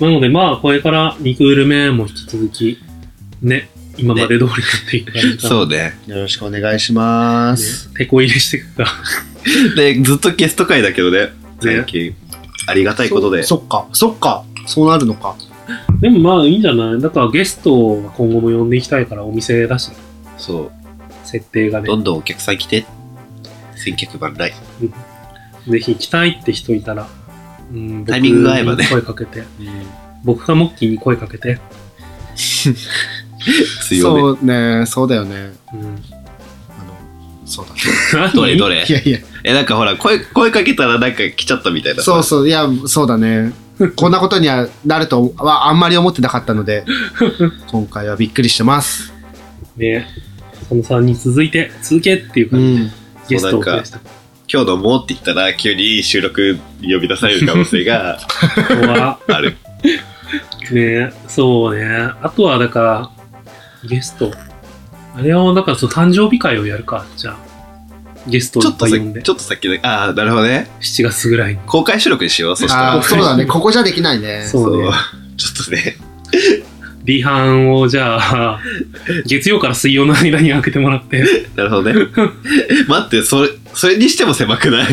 Speaker 2: なのでまあ、これから2クール目も引き続き、ね、今まで通りやっていく感じかな
Speaker 1: そうね。
Speaker 3: よろしくお願いしま
Speaker 2: ね
Speaker 3: す、
Speaker 2: 手こ入れしていくか。
Speaker 1: で、ずっとゲスト会だけどね。最近。ありがたいことで。
Speaker 3: そそっかそっかそうなるのか
Speaker 2: でもまあ、いいんじゃないだからゲストは今後も呼んでいきたいから、お店だし、
Speaker 1: そう。
Speaker 2: 設定がね
Speaker 1: ど、んどんお客さん来て。千客万来。
Speaker 2: ぜひ来たいって人いたら、うん、僕
Speaker 1: タイミングが合えばね
Speaker 2: に声かけて、僕がモッキーに声かけて、
Speaker 4: 強め。
Speaker 3: そうね、そうだよね。
Speaker 2: うん、
Speaker 3: あの、そうだね。
Speaker 4: どれどれ
Speaker 3: いやいや、
Speaker 4: え、なんかほら、声、声かけたらなんか来ちゃったみたいな。
Speaker 3: そうそう、いや、そうだね。こんなことにはなるとはあんまり思ってなかったので、今回はびっくりしてます。
Speaker 2: ねその3に続いて続けっていう
Speaker 3: う
Speaker 2: 感じで
Speaker 3: ん。
Speaker 2: ゲストを増やしたこ
Speaker 4: 今日のもうって言ったら、急に収録呼び出される可能性が
Speaker 2: こは
Speaker 4: ある。
Speaker 2: ねそうねあとはだからゲストあれをだからそう誕生日会をやるかじゃあゲストを
Speaker 4: ち
Speaker 2: い
Speaker 4: ょ
Speaker 2: っ
Speaker 4: っと
Speaker 2: ぱい
Speaker 4: さ
Speaker 2: 呼
Speaker 4: っ
Speaker 2: んで
Speaker 4: き、ちょっと先で、ああ、なるほどね。
Speaker 2: 7月ぐらいに
Speaker 4: 公開収録にしよう、そした
Speaker 3: あ
Speaker 4: ら
Speaker 3: ー。そうだね、ここじゃできないね。
Speaker 2: そうね
Speaker 4: そうちょっとね、
Speaker 2: リハンをじゃ あ月曜から水曜の間に開けてもらって
Speaker 4: なるほどね。 待って、それ、それにしても狭くない
Speaker 2: ダ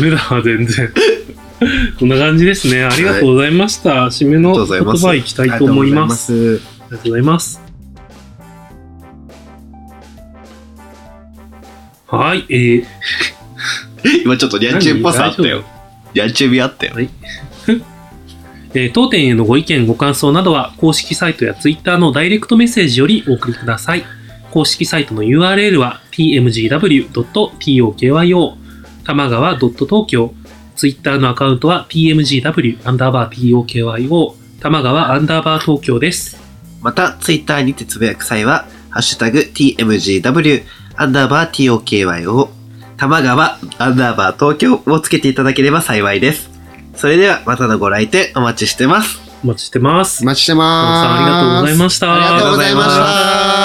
Speaker 2: メだわ、全然。こんな感じですね。ありがとうございました。締めの言葉いきたいと思います。
Speaker 3: す。
Speaker 2: ありがとうございます。はい、えー、
Speaker 4: 今ちょっとニャンチューっぽさあったよ。ニャンチュー味あったよ。
Speaker 2: えー当店へのご意見、ご感想などは、公式サイトや Twitter のダイレクトメッセージよりお送りください。公式サイトの URL は、tmgw.tokyo、玉川 .tokyo、Twitter のアカウントは、tmgw.tokyo、玉川 .tokyo です。
Speaker 1: また、ツイッターにてつぶやく際は、ハッシュタグ TMGW アンダーバー TOKY を、玉川アンダーバー東京をつけていただければ幸いです。それでは、またのご来店お待ちしてます。
Speaker 2: お待ちしてます。
Speaker 3: お待ちして
Speaker 2: 皆
Speaker 3: ま
Speaker 2: さん
Speaker 3: す。
Speaker 2: ありがとうございました。
Speaker 3: ありがとうございました。